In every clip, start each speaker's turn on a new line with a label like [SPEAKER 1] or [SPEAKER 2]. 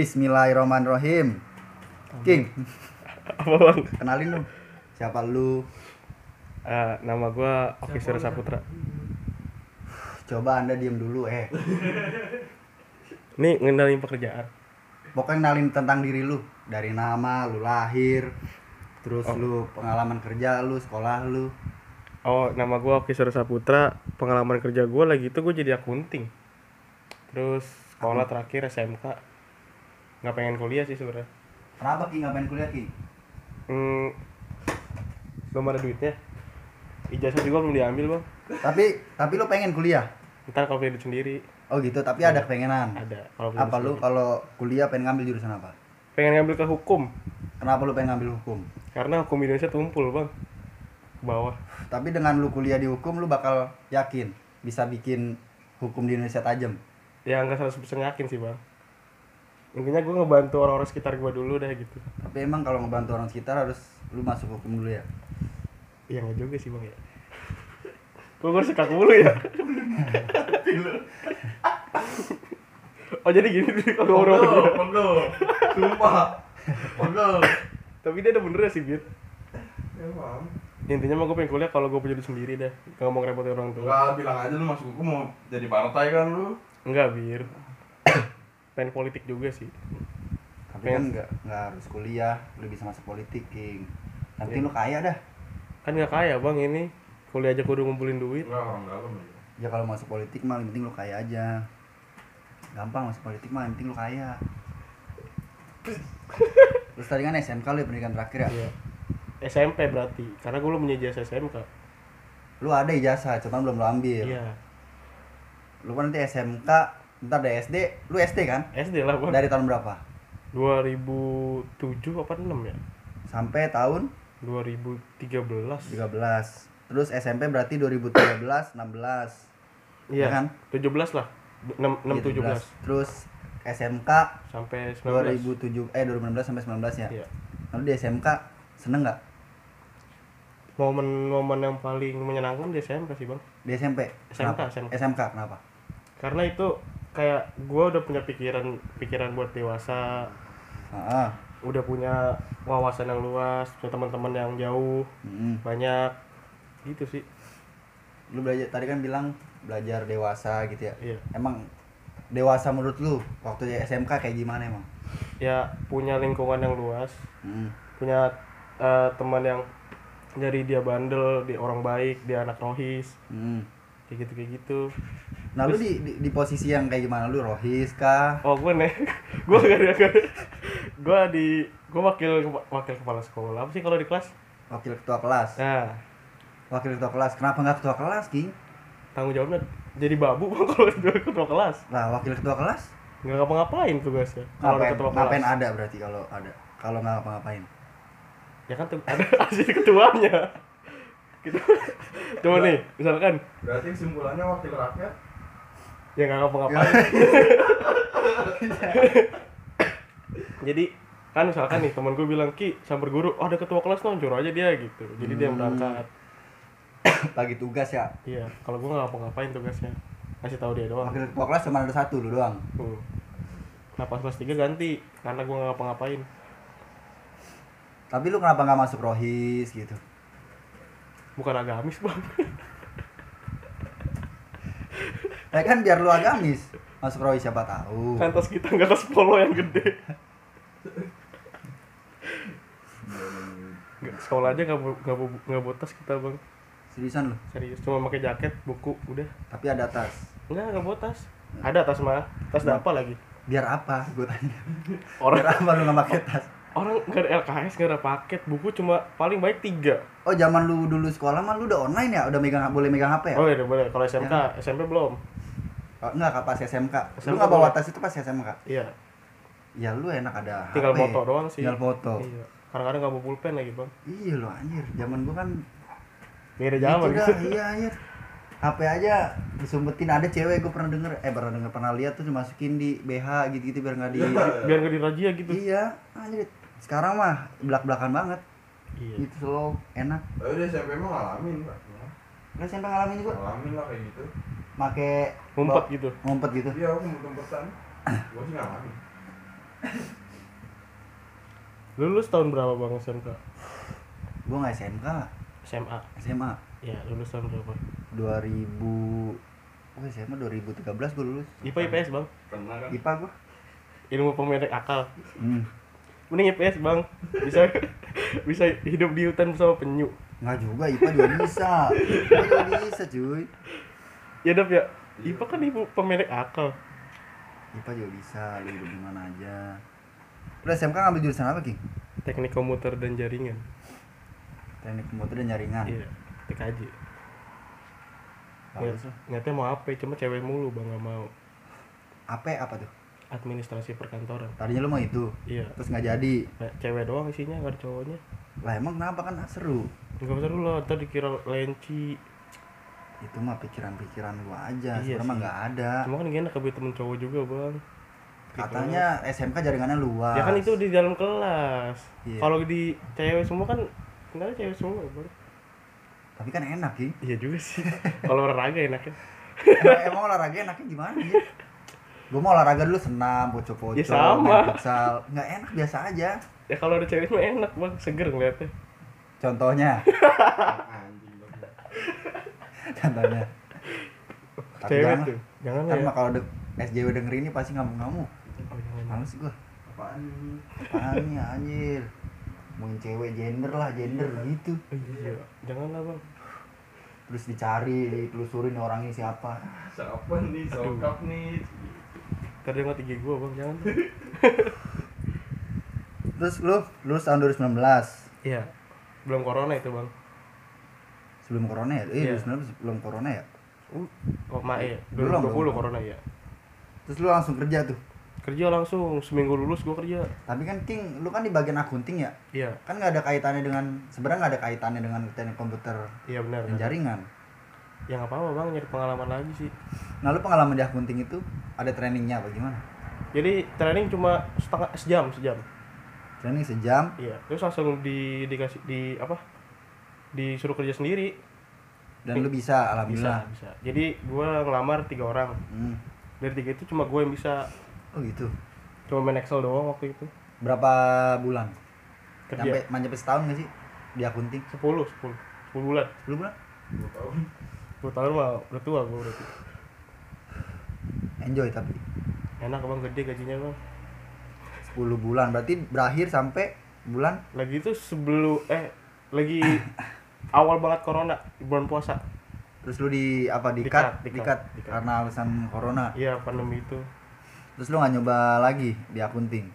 [SPEAKER 1] Bismillahirrahmanirrahim. King,
[SPEAKER 2] apa bang
[SPEAKER 1] kenalin lu. Siapa lu?
[SPEAKER 2] Eh, nama gua Oki Surya Saputra
[SPEAKER 1] Coba Anda diem dulu eh.
[SPEAKER 2] ini ngenalin pekerjaan
[SPEAKER 1] Pokoknya kenalin tentang diri lu, dari nama, lu lahir, terus lu pengalaman kerja lu, sekolah lu.
[SPEAKER 2] oh nama gua Oki Surya Saputra pengalaman kerja gua lagi itu gua jadi akunting terus sekolah terakhir SMK nggak pengen kuliah sih sebenarnya
[SPEAKER 1] Kenapa King ngapain kuliah King?
[SPEAKER 2] hmm, belum ada duitnya ijazah juga belum diambil bang
[SPEAKER 1] Tapi tapi lu pengen kuliah.
[SPEAKER 2] ntar kalau punya duit sendiri
[SPEAKER 1] Oh gitu, tapi ada kepengenan.
[SPEAKER 2] ada kalau punya duit
[SPEAKER 1] Apa lu
[SPEAKER 2] sendiri.
[SPEAKER 1] kalau kuliah pengen ngambil jurusan apa?
[SPEAKER 2] pengen ngambil ke hukum
[SPEAKER 1] Kenapa lu pengen ngambil hukum?
[SPEAKER 2] karena hukum Indonesia tumpul bang ke bawah
[SPEAKER 1] Tapi dengan lu kuliah di hukum lu bakal yakin bisa bikin hukum di Indonesia tajam.
[SPEAKER 2] ya nggak 100% yakin sih bang intinya gue ngebantu orang-orang sekitar gue dulu deh gitu
[SPEAKER 1] Tapi emang kalau ngebantu orang sekitar harus lu masuk hukum dulu ya.
[SPEAKER 2] ya nggak juga sih bang ya gue gue suka mulu ya oh jadi gini nih kalau orang
[SPEAKER 3] pegel. Sumpah. Pegel.
[SPEAKER 2] tapi dia ada bener sih Bit
[SPEAKER 3] Emang.
[SPEAKER 2] intinya mah gue pengen kuliah kalau gue punya duit sendiri deh gak mau ngerepotin orang tua
[SPEAKER 3] Enggak bilang aja lu masuk hukum mau jadi partai kan lu.
[SPEAKER 2] enggak bir pengen politik juga sih
[SPEAKER 1] Tapi kan
[SPEAKER 2] Pengen.
[SPEAKER 1] nggak nggak harus kuliah, lu bisa masuk politik, King. Nanti
[SPEAKER 2] Iya.
[SPEAKER 1] lu kaya dah.
[SPEAKER 2] kan nggak kaya bang ini kuliah aja kudu ngumpulin duit
[SPEAKER 3] Enggak orang dalam ya.
[SPEAKER 1] Ya kalau masuk politik mah yang penting lu kaya aja. Gampang masuk politik mah yang penting lu kaya. Terus tadi kan SMK lu ya, pendidikan terakhir ya.
[SPEAKER 2] Iya. SMP berarti karena gue belum punya ijazah SMK
[SPEAKER 1] Lu ada ijazah, cuman belum lu ambil.
[SPEAKER 2] iya
[SPEAKER 1] Lu kan nanti SMK, ntar ada SD, lu SD kan?
[SPEAKER 2] SD lah bang
[SPEAKER 1] Dari tahun berapa?
[SPEAKER 2] 2007 apa 6 ya?
[SPEAKER 1] Sampai tahun
[SPEAKER 2] 2013.
[SPEAKER 1] 13. Terus SMP berarti 2013, 16.
[SPEAKER 2] Iya
[SPEAKER 1] kan?
[SPEAKER 2] 17 lah. 6
[SPEAKER 1] Iya,
[SPEAKER 2] 6 17
[SPEAKER 1] Terus SMK
[SPEAKER 2] sampai 19.
[SPEAKER 1] 2007 eh 2016 sampai 19 ya.
[SPEAKER 2] Iya.
[SPEAKER 1] Lalu di SMK seneng nggak?
[SPEAKER 2] Momen-momen yang paling menyenangkan di SMK sih, Bang.
[SPEAKER 1] Di SMP?
[SPEAKER 2] SMK,
[SPEAKER 1] Kenapa?
[SPEAKER 2] SMK.
[SPEAKER 1] SMK kenapa?
[SPEAKER 2] Karena itu kayak gua udah punya pikiran pikiran buat dewasa,
[SPEAKER 1] Ah, ah.
[SPEAKER 2] udah punya wawasan yang luas, punya teman-teman yang jauh,
[SPEAKER 1] Mm-mm.
[SPEAKER 2] banyak gitu sih.
[SPEAKER 1] Lu belajar tadi kan bilang belajar dewasa gitu ya.
[SPEAKER 2] Iya.
[SPEAKER 1] Emang dewasa menurut lu waktu di SMK kayak gimana emang?
[SPEAKER 2] Ya punya lingkungan yang luas,
[SPEAKER 1] Mm.
[SPEAKER 2] punya eh, teman yang dari dia bandel, dia orang baik, dia anak rohis,
[SPEAKER 1] Mm.
[SPEAKER 2] kayak gitu kayak gitu
[SPEAKER 1] Nah lu di, di, di posisi yang kayak gimana? Lu rohis kah?
[SPEAKER 2] oh gue nih gue gak ada gue di gue wakil wakil kepala sekolah apa sih kalau di kelas
[SPEAKER 1] Wakil ketua kelas?
[SPEAKER 2] nah
[SPEAKER 1] Wakil ketua kelas, kenapa nggak ketua kelas, King?
[SPEAKER 2] tanggung jawabnya jadi babu Bang, kalau ketua ketua kelas
[SPEAKER 1] Lah, wakil ketua kelas?
[SPEAKER 2] nggak ngapa-ngapain tugasnya kalau ada
[SPEAKER 1] Ngapain,
[SPEAKER 2] ketua kelas
[SPEAKER 1] ngapain ada berarti kalau ada? Kalau nggak ngapa-ngapain?
[SPEAKER 2] ya kan tuh ada asli ketuanya gitu coba nih misalkan
[SPEAKER 3] Berarti kesimpulannya wakil rakyat
[SPEAKER 2] ya nggak ngapa-ngapain jadi kan misalkan nih temen gue bilang ki samper guru oh ada ketua kelas dong juru aja dia gitu jadi dia berangkat
[SPEAKER 1] Bagi tugas ya.
[SPEAKER 2] Iya, kalau gua nggak ngapa-ngapain tugasnya. Kasih tahu dia doang.
[SPEAKER 1] Wakil ketua kelas cuma ada satu lu doang.
[SPEAKER 2] Hmm. Nah, pas kelas 3 ganti karena gua nggak ngapa-ngapain.
[SPEAKER 1] Tapi lu kenapa nggak masuk rohis gitu?
[SPEAKER 2] Bukan agamis, Bang.
[SPEAKER 1] Ya kan biar lu agamis. Masuk rohis siapa tahu.
[SPEAKER 2] Kan tas kita nggak tas polo yang gede.
[SPEAKER 3] Iya,
[SPEAKER 2] Nggak, sekolah aja nggak bu- nggak bu- nggak bawa tas kita, Bang.
[SPEAKER 1] Seriusan lu.
[SPEAKER 2] Serius, cuma pakai jaket, buku, udah.
[SPEAKER 1] Tapi ada tas.
[SPEAKER 2] Nggak, nggak bawa tas. Ada tas mah. Tas apa lagi?
[SPEAKER 1] Biar apa? Gue tanya.
[SPEAKER 2] Orang
[SPEAKER 1] Biar apa lu nggak pakai tas?
[SPEAKER 2] orang nggak ada LKS, nggak ada paket, buku cuma paling baik tiga.
[SPEAKER 1] Oh zaman lu dulu sekolah mah lu udah online ya? Udah megang boleh megang HP ya?
[SPEAKER 2] Oh iya, boleh. Kalau SMK, SMP belum.
[SPEAKER 1] Oh, enggak pas SMK.
[SPEAKER 2] SMK
[SPEAKER 1] Lu nggak bawa
[SPEAKER 2] boleh.
[SPEAKER 1] tas itu pas SMK?
[SPEAKER 2] Iya,
[SPEAKER 1] Ya lu enak ada
[SPEAKER 2] tinggal
[SPEAKER 1] HP.
[SPEAKER 2] foto doang sih
[SPEAKER 1] Tinggal foto.
[SPEAKER 2] iya. kadang-kadang nggak bawa pulpen lagi bang
[SPEAKER 1] Iya lu anjir. Zaman gua kan
[SPEAKER 2] beda
[SPEAKER 1] Gitu
[SPEAKER 2] zaman
[SPEAKER 1] dah, iya iya. HP aja disumpetin ada cewek gue pernah denger eh pernah denger pernah lihat tuh dimasukin di BH gitu-gitu biar nggak di
[SPEAKER 2] biar nggak dirajia gitu
[SPEAKER 1] iya anjir sekarang mah belak-belakan banget
[SPEAKER 2] iya
[SPEAKER 1] gitu slow enak
[SPEAKER 3] Tapi di SMP mah ngalamin Pak.
[SPEAKER 1] lu SMP ngalamin juga
[SPEAKER 3] Ngalamin lah kayak gitu.
[SPEAKER 1] make
[SPEAKER 2] Oh. ngumpet gitu
[SPEAKER 1] ngumpet gitu
[SPEAKER 3] Iya, aku ngumpet-ngumpetan. Gua sih ngalamin.
[SPEAKER 2] Lu lulus tahun berapa bang SMK?
[SPEAKER 1] Gue nggak SMK lah,
[SPEAKER 2] SMA.
[SPEAKER 1] SMA
[SPEAKER 2] Ya lulus tahun berapa?
[SPEAKER 1] 2000 Gue SMA 2013 gue lulus
[SPEAKER 2] IPA IPS bang.
[SPEAKER 3] Pernah kan?
[SPEAKER 1] IPA gue
[SPEAKER 2] Ilmu pemendek akal.
[SPEAKER 1] hmm.
[SPEAKER 2] Mending IPS bang. Bisa bisa hidup di hutan bersama penyu.
[SPEAKER 1] Nggak juga, IPA juga bisa IPA juga bisa cuy
[SPEAKER 2] Ya dap ya. IPA kan ibu pemendek akal.
[SPEAKER 1] IPA juga bisa, lu hidup di mana aja Udah SMK ngambil jurusan apa, King?
[SPEAKER 2] Teknik komputer dan jaringan.
[SPEAKER 1] Teknik motor dan nyaringan
[SPEAKER 2] Iya. TKJ.
[SPEAKER 1] Bagus lah.
[SPEAKER 2] Nyatanya mau apa? ya? Cuma cewek mulu bang nggak mau.
[SPEAKER 1] Apa apa tuh?
[SPEAKER 2] Administrasi perkantoran.
[SPEAKER 1] Tadinya lu mau itu,
[SPEAKER 2] Iya.
[SPEAKER 1] terus nggak jadi
[SPEAKER 2] Nah, cewek doang isinya nggak ada cowoknya.
[SPEAKER 1] Lah emang kenapa kan seru?
[SPEAKER 2] Enggak usah dulu lah, ntar dikira lenci.
[SPEAKER 1] Itu mah pikiran-pikiran lu aja,
[SPEAKER 2] Iya
[SPEAKER 1] sebenarnya mah
[SPEAKER 2] sih.
[SPEAKER 1] nggak ada
[SPEAKER 2] Cuma kan gak enak kalau punya temen cowok juga bang Gitu.
[SPEAKER 1] Katanya SMK jaringannya luas
[SPEAKER 2] Ya kan itu di dalam kelas
[SPEAKER 1] Iya.
[SPEAKER 2] Kalau di cewek semua kan Enggak ada cewek semua bang
[SPEAKER 1] Tapi kan enak, King
[SPEAKER 2] Iya juga sih Kalau olahraga enaknya
[SPEAKER 1] emang, emang olahraga enaknya gimana ya? Gue mau olahraga dulu senam, poco-poco,
[SPEAKER 2] Ya sama.
[SPEAKER 1] main futsal. Nggak enak, biasa aja.
[SPEAKER 2] Ya kalau ada cewek mah enak bang, seger ngeliatnya
[SPEAKER 1] Contohnya,
[SPEAKER 3] Anjing bang.
[SPEAKER 1] contohnya. Tapi
[SPEAKER 2] Cewek
[SPEAKER 1] jangan.
[SPEAKER 2] tuh, jangan lah
[SPEAKER 1] Ntar
[SPEAKER 2] ya
[SPEAKER 1] mah kalau de- SJW denger ini pasti ngamuk-ngamuk.
[SPEAKER 2] Oh, jangan.
[SPEAKER 1] Males gue.
[SPEAKER 3] Apaan ini?
[SPEAKER 1] Apaan nih anjir. Mungkin cewek gender lah, gender gitu.
[SPEAKER 2] Oh, Iya, jangan lah bang
[SPEAKER 1] Terus dicari, ditelusurin orangnya siapa.
[SPEAKER 3] Siapa nih? Sokap nih.
[SPEAKER 2] Ntar dia ngeliat IG gue bang, jangan
[SPEAKER 1] Terus lu lulus tahun 2019.
[SPEAKER 2] Iya Belum corona itu bang
[SPEAKER 1] Sebelum corona ya? Eh,
[SPEAKER 2] Iya.
[SPEAKER 1] 2019 sebelum corona ya?
[SPEAKER 2] Oh, ma iya,
[SPEAKER 1] Belum,
[SPEAKER 2] 2020
[SPEAKER 1] belum.
[SPEAKER 2] corona ya
[SPEAKER 1] Terus lu langsung kerja tuh.
[SPEAKER 2] Kerja langsung, seminggu lulus gue kerja
[SPEAKER 1] Tapi kan King, lu kan di bagian akunting ya?
[SPEAKER 2] Iya,
[SPEAKER 1] kan nggak ada kaitannya dengan sebenarnya nggak ada kaitannya dengan teknik komputer
[SPEAKER 2] iya benar
[SPEAKER 1] dan jaringan.
[SPEAKER 2] Ya nggak apa-apa bang, nyari pengalaman lagi sih
[SPEAKER 1] Nah lu pengalaman di akunting itu ada trainingnya apa gimana?
[SPEAKER 2] Jadi training cuma setengah sejam sejam.
[SPEAKER 1] Training sejam,
[SPEAKER 2] Iya. Terus langsung di dikasih di apa? Disuruh kerja sendiri.
[SPEAKER 1] dan lu bisa alhamdulillah.
[SPEAKER 2] Bisa bisa. Jadi gua ngelamar tiga orang.
[SPEAKER 1] Hmm.
[SPEAKER 2] Dari tiga itu cuma gue yang bisa.
[SPEAKER 1] Oh gitu.
[SPEAKER 2] Cuma main Excel doang waktu itu.
[SPEAKER 1] Berapa bulan? Sampai
[SPEAKER 2] Kerja.
[SPEAKER 1] manjep setahun nggak sih di akunting?
[SPEAKER 2] Sepuluh sepuluh sepuluh bulan.
[SPEAKER 1] 10 bulan?
[SPEAKER 3] Gua tahu.
[SPEAKER 2] Sepuluh tahun mah udah tua gue berarti.
[SPEAKER 1] Enjoy tapi
[SPEAKER 2] Enak bang gede gajinya bang.
[SPEAKER 1] 10 bulan berarti berakhir sampai bulan
[SPEAKER 2] Lagi itu sebelum eh lagi awal banget corona bulan puasa.
[SPEAKER 1] terus lu di apa di
[SPEAKER 2] Di
[SPEAKER 1] cut,
[SPEAKER 2] cut, di
[SPEAKER 1] di
[SPEAKER 2] cut,
[SPEAKER 1] cut
[SPEAKER 2] di cut.
[SPEAKER 1] karena alasan corona
[SPEAKER 2] Iya pandemi itu
[SPEAKER 1] terus lu nggak nyoba lagi di akunting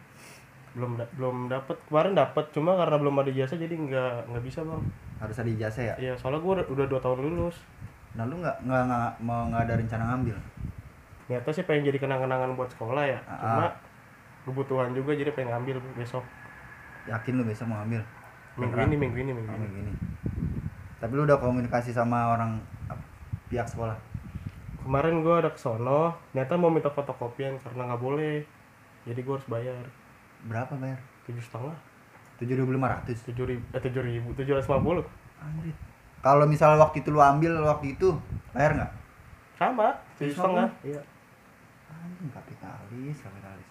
[SPEAKER 2] belum da- belum dapat kemarin dapat cuma karena belum ada jasa jadi nggak nggak bisa bang
[SPEAKER 1] harus ada ijazah ya
[SPEAKER 2] Iya, soalnya gue udah 2 tahun lulus.
[SPEAKER 1] nah lu nggak nggak nggak mau nggak ada rencana ngambil
[SPEAKER 2] Niatnya sih pengen jadi kenang-kenangan buat sekolah ya.
[SPEAKER 1] Ah.
[SPEAKER 2] Cuma kebutuhan juga jadi pengen ngambil besok.
[SPEAKER 1] yakin lu bisa mau ambil
[SPEAKER 2] Minggu
[SPEAKER 1] Beneran.
[SPEAKER 2] ini, minggu ini, minggu
[SPEAKER 1] Kamu
[SPEAKER 2] ini.
[SPEAKER 1] gini tapi lu udah komunikasi sama orang ap- pihak sekolah
[SPEAKER 2] Kemarin gue ada ke sono, ternyata mau minta fotokopian karena nggak boleh. Jadi gue harus bayar
[SPEAKER 1] berapa bayar
[SPEAKER 2] tujuh setengah,
[SPEAKER 1] tujuh ribu lima ratus
[SPEAKER 2] tujuh ribu, eh tujuh ribu, tujuh ratus lima puluh.
[SPEAKER 1] kalau misalnya waktu itu lu ambil waktu itu bayar nggak
[SPEAKER 2] Sama, tujuh setengah. Iya.
[SPEAKER 1] anjing kapitalis kapitalis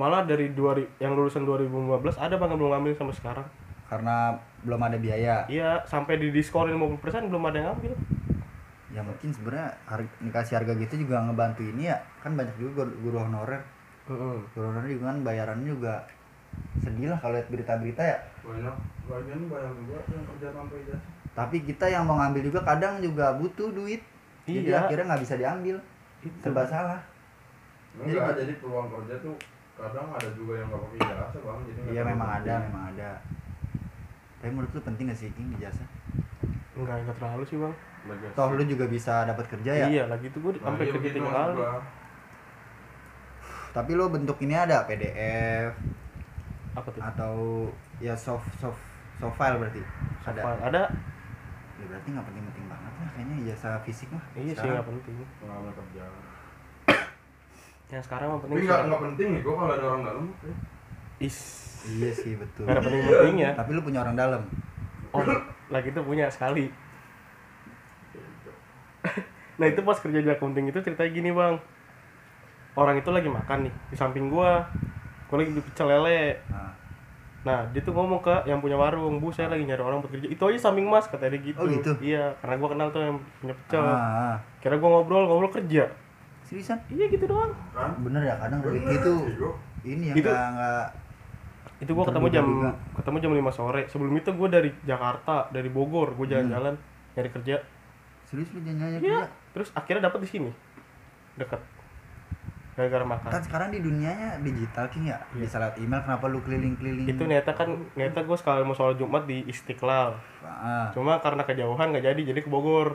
[SPEAKER 2] Malah dari dua ri- yang lulusan 2015 ada bang yang belum ngambil sampai sekarang.
[SPEAKER 1] karena belum ada biaya
[SPEAKER 2] Iya, sampai di diskonin 50% belum ada yang ngambil.
[SPEAKER 1] ya mungkin sebenarnya harga, dikasih harga gitu juga ngebantu ini ya kan banyak juga guru, guru honorer guru honorer juga kan bayarannya juga sedih lah kalau lihat berita-berita ya
[SPEAKER 3] Banyak. Banyak nih banyak juga yang kerja tanpa ijazah.
[SPEAKER 1] tapi kita yang mau ngambil juga kadang juga butuh duit jadi
[SPEAKER 2] Iya.
[SPEAKER 1] akhirnya nggak bisa diambil
[SPEAKER 2] Itu.
[SPEAKER 1] serba salah
[SPEAKER 3] Enggak, jadi peluang kerja tuh kadang ada juga yang nggak pakai ijazah bang. Jadi nggak
[SPEAKER 1] Iya
[SPEAKER 3] tahu
[SPEAKER 1] memang
[SPEAKER 3] kerja.
[SPEAKER 1] ada, memang ada. Tapi menurut lu penting gak sih King ijazah?
[SPEAKER 2] Enggak, enggak terlalu sih bang.
[SPEAKER 3] Legasi.
[SPEAKER 1] Toh lu juga bisa dapat kerja ya.
[SPEAKER 2] Iya, lagi itu gue
[SPEAKER 3] Nah,
[SPEAKER 2] sampai
[SPEAKER 3] iya,
[SPEAKER 2] kerja
[SPEAKER 3] gitu
[SPEAKER 2] tiga
[SPEAKER 3] maksud
[SPEAKER 2] kali.
[SPEAKER 3] gua.
[SPEAKER 1] Tapi lu bentuk ini ada PDF
[SPEAKER 2] Apa tuh?
[SPEAKER 1] atau ya soft soft soft file berarti. Ada.
[SPEAKER 2] Ada. Ada?
[SPEAKER 1] Ya, berarti nggak penting-penting banget lah kayaknya ijazah fisik mah.
[SPEAKER 2] Iya sih
[SPEAKER 1] sekarang.
[SPEAKER 2] nggak penting.
[SPEAKER 3] Pengalaman kerja.
[SPEAKER 2] Yang sekarang mah penting.
[SPEAKER 3] Tapi nggak
[SPEAKER 2] sekarang.
[SPEAKER 3] nggak penting nih, gua kalau ada orang dalam. oke.
[SPEAKER 2] Is.
[SPEAKER 1] Iya sih betul.
[SPEAKER 2] Gak ada penting-pentingnya.
[SPEAKER 1] Tapi lu punya orang dalam.
[SPEAKER 2] Oh, lagi itu punya sekali. Nah itu pas kerja di akunting itu ceritanya gini bang. Orang itu lagi makan nih di samping gua. gue lagi di pecel lele
[SPEAKER 1] Nah.
[SPEAKER 2] nah dia tuh ngomong ke yang punya warung bu saya lagi nyari orang buat kerja itu aja samping mas kata dia gitu
[SPEAKER 1] Oh, gitu?
[SPEAKER 2] iya karena gue kenal tuh yang punya pecel
[SPEAKER 1] Ah, ah.
[SPEAKER 2] kira gue ngobrol ngobrol kerja
[SPEAKER 1] seriusan
[SPEAKER 2] iya gitu doang
[SPEAKER 3] kan
[SPEAKER 1] bener ya kadang
[SPEAKER 3] Bener,
[SPEAKER 1] rezeki itu
[SPEAKER 3] Bego.
[SPEAKER 1] ini ya
[SPEAKER 2] Itu-
[SPEAKER 1] nggak nggak
[SPEAKER 2] itu gue ketemu jam
[SPEAKER 1] Terduga-duga.
[SPEAKER 2] ketemu jam 5 sore sebelum itu gue dari Jakarta dari Bogor
[SPEAKER 1] Hmm.
[SPEAKER 2] gue jalan-jalan nyari kerja
[SPEAKER 1] serius ya, lu jangan nyanyi
[SPEAKER 2] Iya. Terus akhirnya dapat di sini. Dekat. Gara-gara makan.
[SPEAKER 1] kan sekarang di dunianya digital king ya bisa lewat email kenapa lu keliling keliling
[SPEAKER 2] Iya. Itu niatnya kan niatnya gue sekali mau sholat Jumat di Istiqlal.
[SPEAKER 1] ah,
[SPEAKER 2] Cuma karena kejauhan nggak jadi jadi ke Bogor.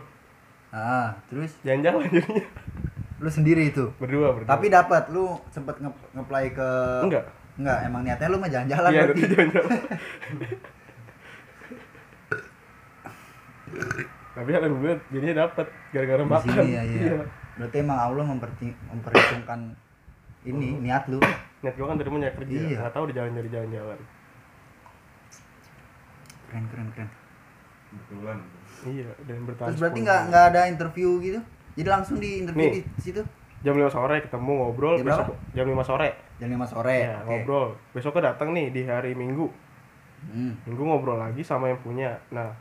[SPEAKER 1] ah terus
[SPEAKER 2] Jalan-jalan jadinya.
[SPEAKER 1] lu sendiri itu
[SPEAKER 2] Berdua berdua.
[SPEAKER 1] tapi dapat lu sempet nge ngeplay ke
[SPEAKER 2] enggak.
[SPEAKER 1] enggak emang niatnya lu mah jalan-jalan
[SPEAKER 2] Iya,
[SPEAKER 1] berarti.
[SPEAKER 2] nanti jalan-jalan. Tapi alhamdulillah jadinya dapat gara-gara
[SPEAKER 1] di
[SPEAKER 2] makan.
[SPEAKER 1] sini ya iya. berarti emang Allah memperti- memperhitungkan
[SPEAKER 2] Oh.
[SPEAKER 1] ini niat lu
[SPEAKER 2] Niat gue kan dari mau nyari kerja,
[SPEAKER 1] Iya.
[SPEAKER 2] nggak tahu di jalan jadi jalan-jalan.
[SPEAKER 1] keren keren keren
[SPEAKER 3] Kebetulan.
[SPEAKER 2] Iya, dan bertahan.
[SPEAKER 1] terus berarti
[SPEAKER 2] 10
[SPEAKER 1] nggak
[SPEAKER 2] tahun.
[SPEAKER 1] nggak ada interview gitu jadi langsung di interview
[SPEAKER 2] Nih.
[SPEAKER 1] di situ
[SPEAKER 2] jam 5 sore ketemu ngobrol
[SPEAKER 1] Jam
[SPEAKER 2] besok jam 5 sore
[SPEAKER 1] jam lima sore
[SPEAKER 2] ya
[SPEAKER 1] oke.
[SPEAKER 2] ngobrol besoknya datang nih di hari minggu
[SPEAKER 1] Hmm.
[SPEAKER 2] minggu ngobrol lagi sama yang punya nah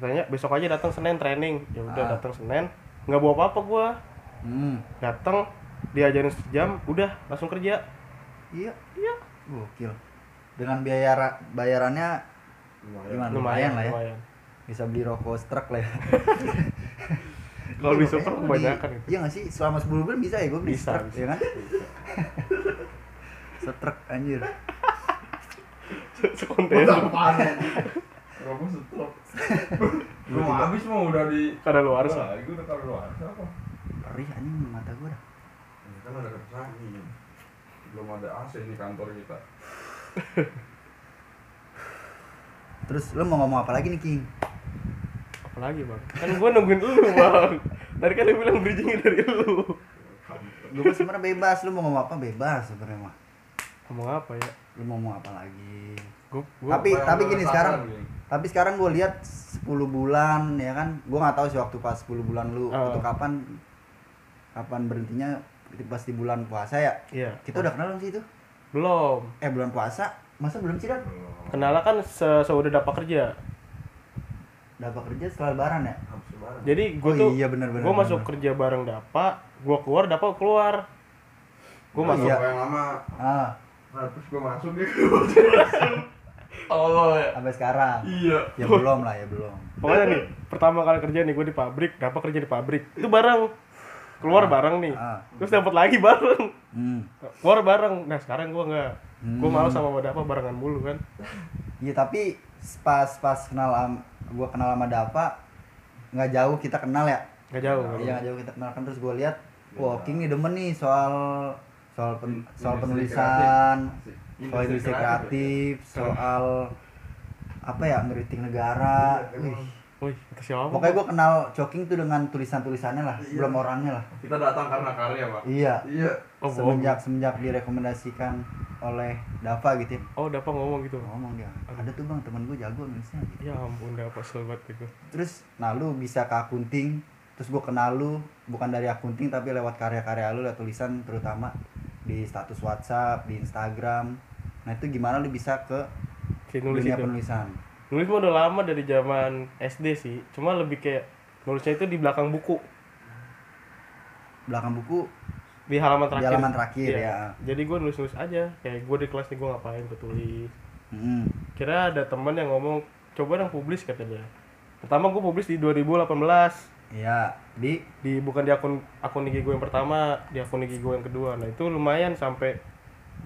[SPEAKER 2] katanya besok aja datang senin training ya udah
[SPEAKER 1] Ah.
[SPEAKER 2] datang senin nggak bawa apa apa gua
[SPEAKER 1] Hmm.
[SPEAKER 2] datang diajarin sejam udah langsung kerja
[SPEAKER 1] iya
[SPEAKER 2] iya
[SPEAKER 1] gokil dengan biaya ra- bayarannya
[SPEAKER 3] Lumayan.
[SPEAKER 1] gimana lumayan,
[SPEAKER 2] lumayan
[SPEAKER 1] lah ya
[SPEAKER 2] lumayan
[SPEAKER 1] bisa beli rokok struk lah ya
[SPEAKER 2] kalau
[SPEAKER 1] Iya,
[SPEAKER 2] di
[SPEAKER 1] makanya
[SPEAKER 2] super
[SPEAKER 1] lu
[SPEAKER 2] kebanyakan itu
[SPEAKER 1] iya nggak sih selama 10 bulan bisa ya gue beli
[SPEAKER 2] Bisa,
[SPEAKER 1] struk
[SPEAKER 2] bisa.
[SPEAKER 1] ya kan struk anjir
[SPEAKER 2] sekonten
[SPEAKER 3] Apaan? Robot setruk. Lu mau habis mau udah di
[SPEAKER 2] kada luar sah
[SPEAKER 3] lagi udah kalau luar apa?
[SPEAKER 1] perih anjing mata gue dah
[SPEAKER 3] Ini kan ada kerjaan nih. Belum ada AC ini kantor kita.
[SPEAKER 1] terus lu mau ngomong apa lagi nih King
[SPEAKER 2] apalagi bang kan gua nungguin lu bang tadi kan lu bilang bridgingnya dari lu
[SPEAKER 1] gue mah sebenarnya bebas lu mau ngomong apa bebas sebenarnya mah
[SPEAKER 2] ngomong apa ya
[SPEAKER 1] lu mau ngomong apa lagi
[SPEAKER 2] gua, gua
[SPEAKER 1] tapi
[SPEAKER 3] Apa yang
[SPEAKER 1] tapi
[SPEAKER 3] lu
[SPEAKER 1] gini
[SPEAKER 3] rasakan,
[SPEAKER 1] sekarang
[SPEAKER 3] Ging?
[SPEAKER 1] tapi sekarang gue lihat 10 bulan ya kan gue nggak tahu sih waktu pas 10 bulan lu
[SPEAKER 2] Ah.
[SPEAKER 1] itu kapan kapan berhentinya pas di bulan puasa ya
[SPEAKER 2] iya
[SPEAKER 1] kita udah kenal belum sih itu
[SPEAKER 2] belum
[SPEAKER 1] eh bulan puasa masa belum sih Dan?
[SPEAKER 2] Kendala kan se- seudah dapat kerja.
[SPEAKER 1] dapat kerja setelah lebaran ya
[SPEAKER 3] Habis lebaran.
[SPEAKER 2] Jadi gue
[SPEAKER 1] Oh
[SPEAKER 2] tuh
[SPEAKER 1] iya, benar, benar,
[SPEAKER 2] gua
[SPEAKER 1] benar,
[SPEAKER 2] masuk
[SPEAKER 1] benar.
[SPEAKER 2] kerja bareng Dapa, gue keluar Dapa keluar. Gue
[SPEAKER 3] Nah,
[SPEAKER 2] masuk.
[SPEAKER 1] iya.
[SPEAKER 3] Yang lama.
[SPEAKER 1] ah
[SPEAKER 3] Nah, terus gue masuk dia.
[SPEAKER 2] Allah ya.
[SPEAKER 1] sampai sekarang
[SPEAKER 3] Iya.
[SPEAKER 1] ya belum lah ya belum
[SPEAKER 2] Pokoknya nih, pertama kali kerja nih gue di pabrik, Dapa kerja di pabrik. Itu bareng. Keluar bareng nih.
[SPEAKER 1] ah.
[SPEAKER 2] Terus dapat lagi bareng.
[SPEAKER 1] hmm.
[SPEAKER 2] Keluar bareng. Nah, sekarang gue nggak.
[SPEAKER 1] Hmm.
[SPEAKER 2] Gue malu sama Dapa barengan mulu kan.
[SPEAKER 1] Iya tapi pas pas kenal am, gua kenal sama Dapa nggak jauh kita kenal ya.
[SPEAKER 2] Gak jauh. nggak
[SPEAKER 1] Iya nggak jauh kita kenal kan terus gua lihat
[SPEAKER 3] Iya.
[SPEAKER 1] wah King nih demen nih soal soal pen- soal
[SPEAKER 3] Industri
[SPEAKER 1] penulisan,
[SPEAKER 3] kreatif.
[SPEAKER 1] soal industri kreatif, soal apa ya ngeritik negara.
[SPEAKER 3] Iya,
[SPEAKER 1] Wih.
[SPEAKER 3] emang.
[SPEAKER 2] jauh. Wih, kata siapa?
[SPEAKER 1] Pokoknya gua kenal Coking tuh dengan tulisan-tulisannya lah,
[SPEAKER 3] Iya.
[SPEAKER 1] belum orangnya lah.
[SPEAKER 3] Kita datang karena karya, Pak.
[SPEAKER 1] Iya.
[SPEAKER 3] Iya.
[SPEAKER 2] Oh, bohong.
[SPEAKER 1] semenjak semenjak direkomendasikan oleh Dapa gitu ya.
[SPEAKER 2] Oh, Dapa ngomong gitu.
[SPEAKER 1] ngomong dia ada tuh bang temen gue jago nulisnya gitu
[SPEAKER 2] Ya ampun, Dapa sebel banget gue.
[SPEAKER 1] terus nah lu bisa ke akunting terus gue kenal lu bukan dari akunting tapi lewat karya-karya lu lewat tulisan terutama di status WhatsApp di Instagram nah itu gimana lu bisa ke
[SPEAKER 2] Si nulis
[SPEAKER 1] dunia
[SPEAKER 2] itu.
[SPEAKER 1] penulisan
[SPEAKER 2] Nulis mah udah lama dari zaman SD sih. Cuma lebih kayak nulisnya itu di belakang buku,
[SPEAKER 1] belakang buku
[SPEAKER 2] di halaman terakhir.
[SPEAKER 1] halaman terakhir,
[SPEAKER 2] Iya.
[SPEAKER 1] ya.
[SPEAKER 2] Jadi gue nulis-nulis aja. Kayak gue di kelas nih gue ngapain, gue tulis.
[SPEAKER 1] hmm.
[SPEAKER 2] Kira ada teman yang ngomong, coba dong publis kata dia. Pertama gue publis di 2018
[SPEAKER 1] ya di
[SPEAKER 2] di bukan di akun akun IG gue yang pertama, di akun IG gue yang kedua. Nah, itu lumayan sampai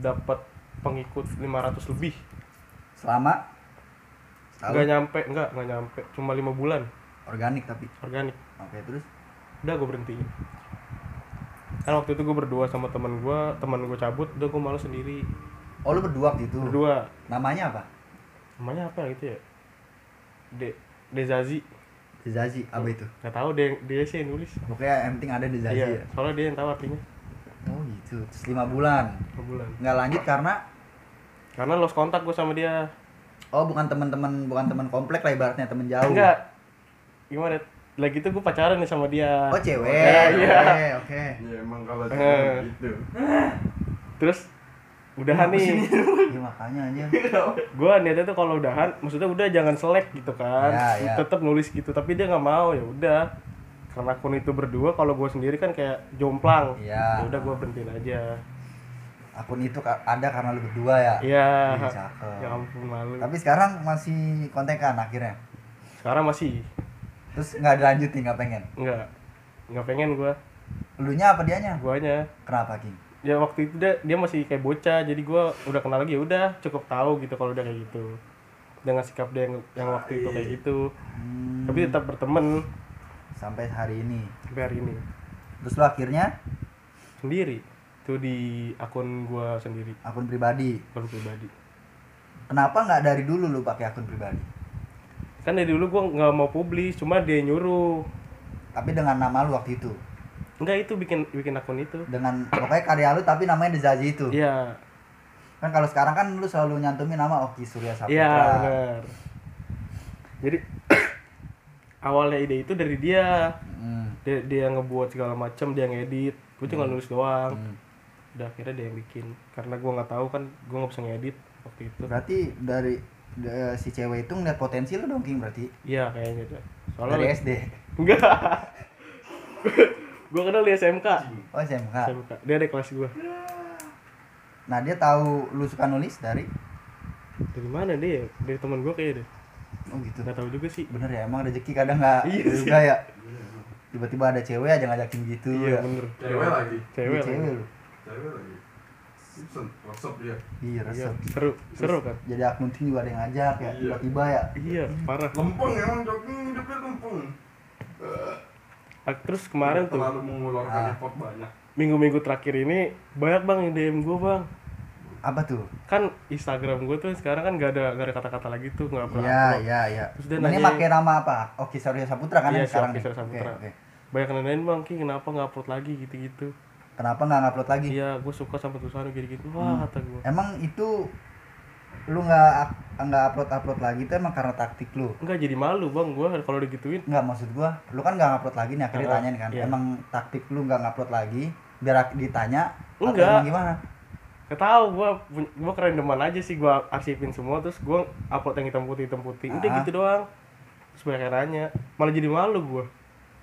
[SPEAKER 2] dapat pengikut 500 lebih.
[SPEAKER 1] selama
[SPEAKER 2] Nggak
[SPEAKER 1] setahun
[SPEAKER 2] nyampe, nggak, nggak nyampe. Cuma lima bulan
[SPEAKER 1] organik tapi
[SPEAKER 2] organik.
[SPEAKER 1] oke terus
[SPEAKER 2] udah gue berhenti kan waktu itu gue berdua sama temen gue temen gue cabut udah gue malu sendiri
[SPEAKER 1] oh lu berdua gitu
[SPEAKER 2] berdua
[SPEAKER 1] namanya apa
[SPEAKER 2] namanya apa gitu ya de Dezazi
[SPEAKER 1] Zazi apa itu
[SPEAKER 2] nggak tahu dia dia sih yang nulis
[SPEAKER 1] pokoknya yang penting ada di Zazi
[SPEAKER 2] iya
[SPEAKER 1] ya
[SPEAKER 2] soalnya dia yang tahu artinya
[SPEAKER 1] oh gitu terus lima bulan
[SPEAKER 2] per bulan
[SPEAKER 1] nggak lanjut karena
[SPEAKER 2] karena lost kontak gue sama dia
[SPEAKER 1] Oh, bukan teman-teman, bukan teman komplek lah ibaratnya, teman jauh.
[SPEAKER 2] enggak gimana lagi itu gue pacaran nih sama dia
[SPEAKER 1] Oh, cewek.
[SPEAKER 2] Iya, iya.
[SPEAKER 1] Oke, oke.
[SPEAKER 3] Eh. Ya emang kalau
[SPEAKER 2] Eh.
[SPEAKER 3] gitu.
[SPEAKER 2] Nah, terus udahan nih
[SPEAKER 1] ya makanya aja
[SPEAKER 2] gue niatnya tuh kalau udahan maksudnya udah jangan selek gitu kan
[SPEAKER 1] Ya, ya.
[SPEAKER 2] tetap nulis gitu tapi dia nggak mau ya udah karena akun itu berdua kalau gue sendiri kan kayak jomplang
[SPEAKER 1] Iya.
[SPEAKER 2] ya udah gue berhentiin aja
[SPEAKER 1] akun itu ka- ada karena lu berdua ya
[SPEAKER 2] Iya.
[SPEAKER 1] Ih, cakep.
[SPEAKER 2] ya ampun malu
[SPEAKER 1] tapi sekarang masih kontekan akhirnya
[SPEAKER 2] sekarang masih
[SPEAKER 1] terus nggak dilanjutin nggak pengen
[SPEAKER 2] nggak nggak pengen gue
[SPEAKER 1] elunya apa dianya
[SPEAKER 2] guanya
[SPEAKER 1] kenapa King
[SPEAKER 2] ya waktu itu dia, dia masih kayak bocah jadi gua udah kenal lagi ya udah cukup tahu gitu kalau udah kayak gitu dengan sikap dia yang, yang waktu itu kayak
[SPEAKER 1] Iya.
[SPEAKER 2] gitu
[SPEAKER 1] Hmm,
[SPEAKER 2] tapi tetap berteman
[SPEAKER 1] sampai hari ini
[SPEAKER 2] sampai hari ini
[SPEAKER 1] terus lu akhirnya
[SPEAKER 2] sendiri itu di akun gua sendiri
[SPEAKER 1] akun pribadi
[SPEAKER 2] akun pribadi
[SPEAKER 1] kenapa nggak dari dulu lu pakai akun pribadi
[SPEAKER 2] kan dari dulu gua nggak mau publis cuma dia nyuruh
[SPEAKER 1] tapi dengan nama lu waktu itu
[SPEAKER 2] enggak itu bikin bikin akun itu
[SPEAKER 1] dengan pokoknya karya lu tapi namanya Dezazi itu
[SPEAKER 2] iya
[SPEAKER 1] kan kalau sekarang kan lu selalu nyantumin nama Oki Surya Saputra
[SPEAKER 2] iya benar jadi awalnya ide itu dari dia
[SPEAKER 1] Hmm,
[SPEAKER 2] dia, dia yang ngebuat segala macam dia yang edit gue cuma nulis doang
[SPEAKER 1] hmm.
[SPEAKER 2] udah akhirnya dia yang bikin karena gue nggak tahu kan gue nggak bisa ngedit waktu itu
[SPEAKER 1] berarti dari de- si cewek itu ngeliat potensi lu dong King berarti
[SPEAKER 2] iya kayaknya deh
[SPEAKER 1] dari
[SPEAKER 2] soalnya
[SPEAKER 1] SD
[SPEAKER 2] enggak gue kenal di SMK
[SPEAKER 1] oh SMK
[SPEAKER 2] SMK dia ada kelas gue
[SPEAKER 1] nah dia tahu lu suka nulis dari
[SPEAKER 2] dari mana dia ya? dari teman gue kayaknya deh
[SPEAKER 1] oh gitu
[SPEAKER 2] nggak tahu juga sih
[SPEAKER 1] bener ya emang rezeki kadang nggak
[SPEAKER 2] Iya sih.
[SPEAKER 1] juga ya tiba-tiba ada cewek aja ngajakin gitu ya
[SPEAKER 2] iya bener
[SPEAKER 3] Cewek lagi.
[SPEAKER 1] cewek,
[SPEAKER 2] cewek lah. ya. Iya.
[SPEAKER 1] cewek lu
[SPEAKER 3] Cewek lagi. Simpson, WhatsApp dia.
[SPEAKER 1] iya
[SPEAKER 2] iya
[SPEAKER 1] resep
[SPEAKER 2] seru seru kan
[SPEAKER 1] jadi akun King juga ada yang ngajak ya
[SPEAKER 3] Iya.
[SPEAKER 1] tiba-tiba ya
[SPEAKER 2] iya parah
[SPEAKER 3] Lempeng emang jogging hidupnya lempeng.
[SPEAKER 2] Ah, terus kemarin tuh
[SPEAKER 3] Terlalu mengeluarkan
[SPEAKER 1] Ah.
[SPEAKER 3] effort banyak.
[SPEAKER 2] minggu-minggu terakhir ini banyak bang yang DM gue bang
[SPEAKER 1] apa tuh
[SPEAKER 2] kan Instagram gue tuh sekarang kan gak ada gak ada kata-kata lagi tuh nggak pernah
[SPEAKER 1] Iya, iya, iya.
[SPEAKER 2] Terus dia
[SPEAKER 1] Ini
[SPEAKER 2] nanya-
[SPEAKER 1] pakai nama apa? Oki Surya Saputra kan
[SPEAKER 2] Iya,
[SPEAKER 1] yang
[SPEAKER 2] si
[SPEAKER 1] sekarang
[SPEAKER 2] Oki
[SPEAKER 1] nih?
[SPEAKER 2] Surya Saputra.
[SPEAKER 1] Oke, oke.
[SPEAKER 2] banyak yang nanyain bang Ki kenapa nggak upload lagi gitu-gitu
[SPEAKER 1] Kenapa nggak ngupload lagi?
[SPEAKER 2] iya Hmm. gue suka sama tulisan lu gitu-gitu wah kata gue
[SPEAKER 1] Emang itu lu nggak up- nggak upload upload lagi itu emang karena taktik lu?
[SPEAKER 2] enggak jadi malu bang gue kalau digituin
[SPEAKER 1] Nggak maksud gua, lu kan nggak ngupload lagi nih akhirnya
[SPEAKER 2] Heeh,
[SPEAKER 1] tanyain kan?
[SPEAKER 2] iya.
[SPEAKER 1] Emang taktik lu nggak ngupload lagi biar ak- ditanya? atau
[SPEAKER 2] Enggak.
[SPEAKER 1] emang gimana?
[SPEAKER 2] gak tau gue gue keren deman aja sih gue arsipin semua terus gue upload yang hitam putih hitam putih udah
[SPEAKER 1] Ah.
[SPEAKER 2] gitu doang terus banyak yang nanya malah jadi malu gue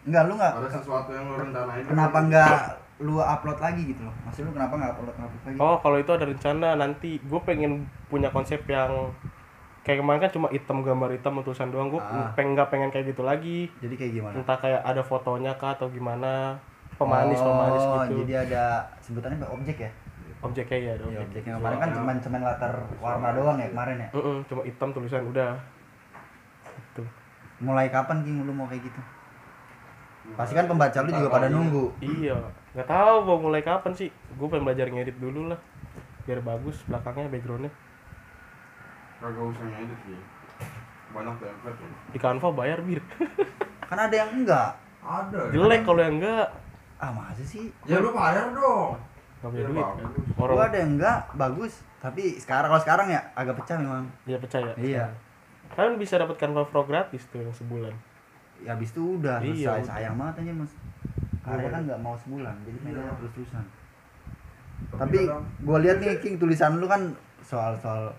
[SPEAKER 1] Enggak, lu nggak.
[SPEAKER 3] Ada sesuatu yang lo rencanain.
[SPEAKER 1] Kenapa nggak lu upload lagi gitu loh? Maksud lu kenapa nggak upload upload lagi?
[SPEAKER 2] oh kalau itu ada rencana nanti gue pengen punya konsep yang kayak kemarin kan cuma hitam gambar hitam tulisan doang gue
[SPEAKER 1] Ah.
[SPEAKER 2] pengen nggak pengen kayak gitu lagi
[SPEAKER 1] Jadi kayak gimana?
[SPEAKER 2] entah kayak ada fotonya kah atau gimana pemanis
[SPEAKER 1] oh,
[SPEAKER 2] pemanis gitu
[SPEAKER 1] Jadi ada sebutannya apa? objek ya?
[SPEAKER 2] objeknya ya ada
[SPEAKER 1] Iya,
[SPEAKER 2] objek.
[SPEAKER 1] objek yang kemarin kan cuman cuman latar warna doang ya kemarin ya.
[SPEAKER 2] Mm-mm, cuma hitam tulisan udah Gitu. itu
[SPEAKER 1] Mulai kapan King lu mau kayak gitu?
[SPEAKER 3] Nah,
[SPEAKER 1] Pasti kan pembaca lu juga pada nunggu.
[SPEAKER 2] iya nggak tahu mau mulai kapan sih gue pengen belajar ngedit dulu lah biar bagus belakangnya backgroundnya
[SPEAKER 3] Kagak usah ngedit sih. Banyak template ya.
[SPEAKER 2] di Canva bayar bir
[SPEAKER 1] Kan ada yang enggak.
[SPEAKER 3] Ada. ya?
[SPEAKER 2] jelek kalau yang enggak
[SPEAKER 1] Ah, masa sih?
[SPEAKER 3] Ya lu bayar dong.
[SPEAKER 2] nggak punya
[SPEAKER 3] Biar
[SPEAKER 2] duit
[SPEAKER 3] bagus.
[SPEAKER 2] orang
[SPEAKER 1] Gua ada yang enggak bagus, tapi sekarang kalau sekarang ya agak pecah memang.
[SPEAKER 2] dia percaya
[SPEAKER 1] Iya.
[SPEAKER 2] kalian bisa dapat Canva Pro gratis tuh yang sebulan
[SPEAKER 1] Ya habis itu udah
[SPEAKER 2] Iya,
[SPEAKER 1] selesai.
[SPEAKER 2] udah. Iya.
[SPEAKER 1] sayang banget aja Mas. Karya kan nggak mau sebulan, jadi pengennya
[SPEAKER 3] Iya.
[SPEAKER 1] terus-terusan. Tapi
[SPEAKER 3] kadang
[SPEAKER 1] gua lihat nih King tulisan lu kan soal-soal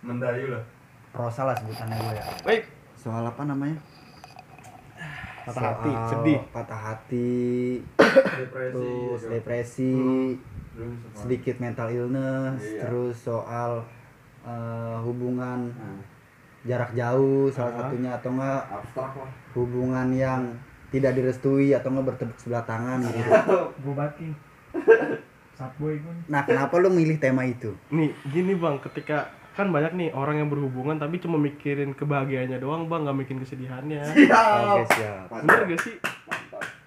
[SPEAKER 3] mendayu lah.
[SPEAKER 1] prosa lah sebutannya gua ya.
[SPEAKER 2] wait
[SPEAKER 1] Soal apa namanya?
[SPEAKER 2] patah hati
[SPEAKER 1] Soal
[SPEAKER 2] sedih iya.
[SPEAKER 1] Patah hati,
[SPEAKER 3] Depresi.
[SPEAKER 1] terus
[SPEAKER 3] juga.
[SPEAKER 1] depresi,
[SPEAKER 2] Hmm.
[SPEAKER 3] Terus apa?
[SPEAKER 1] sedikit mental illness,
[SPEAKER 3] Iya.
[SPEAKER 1] terus soal eh, hubungan
[SPEAKER 3] Nah,
[SPEAKER 1] jarak jauh salah
[SPEAKER 2] Ah.
[SPEAKER 1] satunya atau enggak
[SPEAKER 3] abstrak lah.
[SPEAKER 1] hubungan yang tidak direstui atau enggak bertepuk sebelah tangan
[SPEAKER 3] Iya.
[SPEAKER 1] gitu.
[SPEAKER 2] gue batin Satboy gue
[SPEAKER 1] Nah, kenapa lu milih tema itu?
[SPEAKER 2] Nih, gini bang, ketika kan banyak nih orang yang berhubungan tapi cuma mikirin kebahagiaannya doang bang, nggak mikirin kesedihannya.
[SPEAKER 1] Iya. Oke,
[SPEAKER 3] Siap.
[SPEAKER 1] siap.
[SPEAKER 2] Bener gak sih?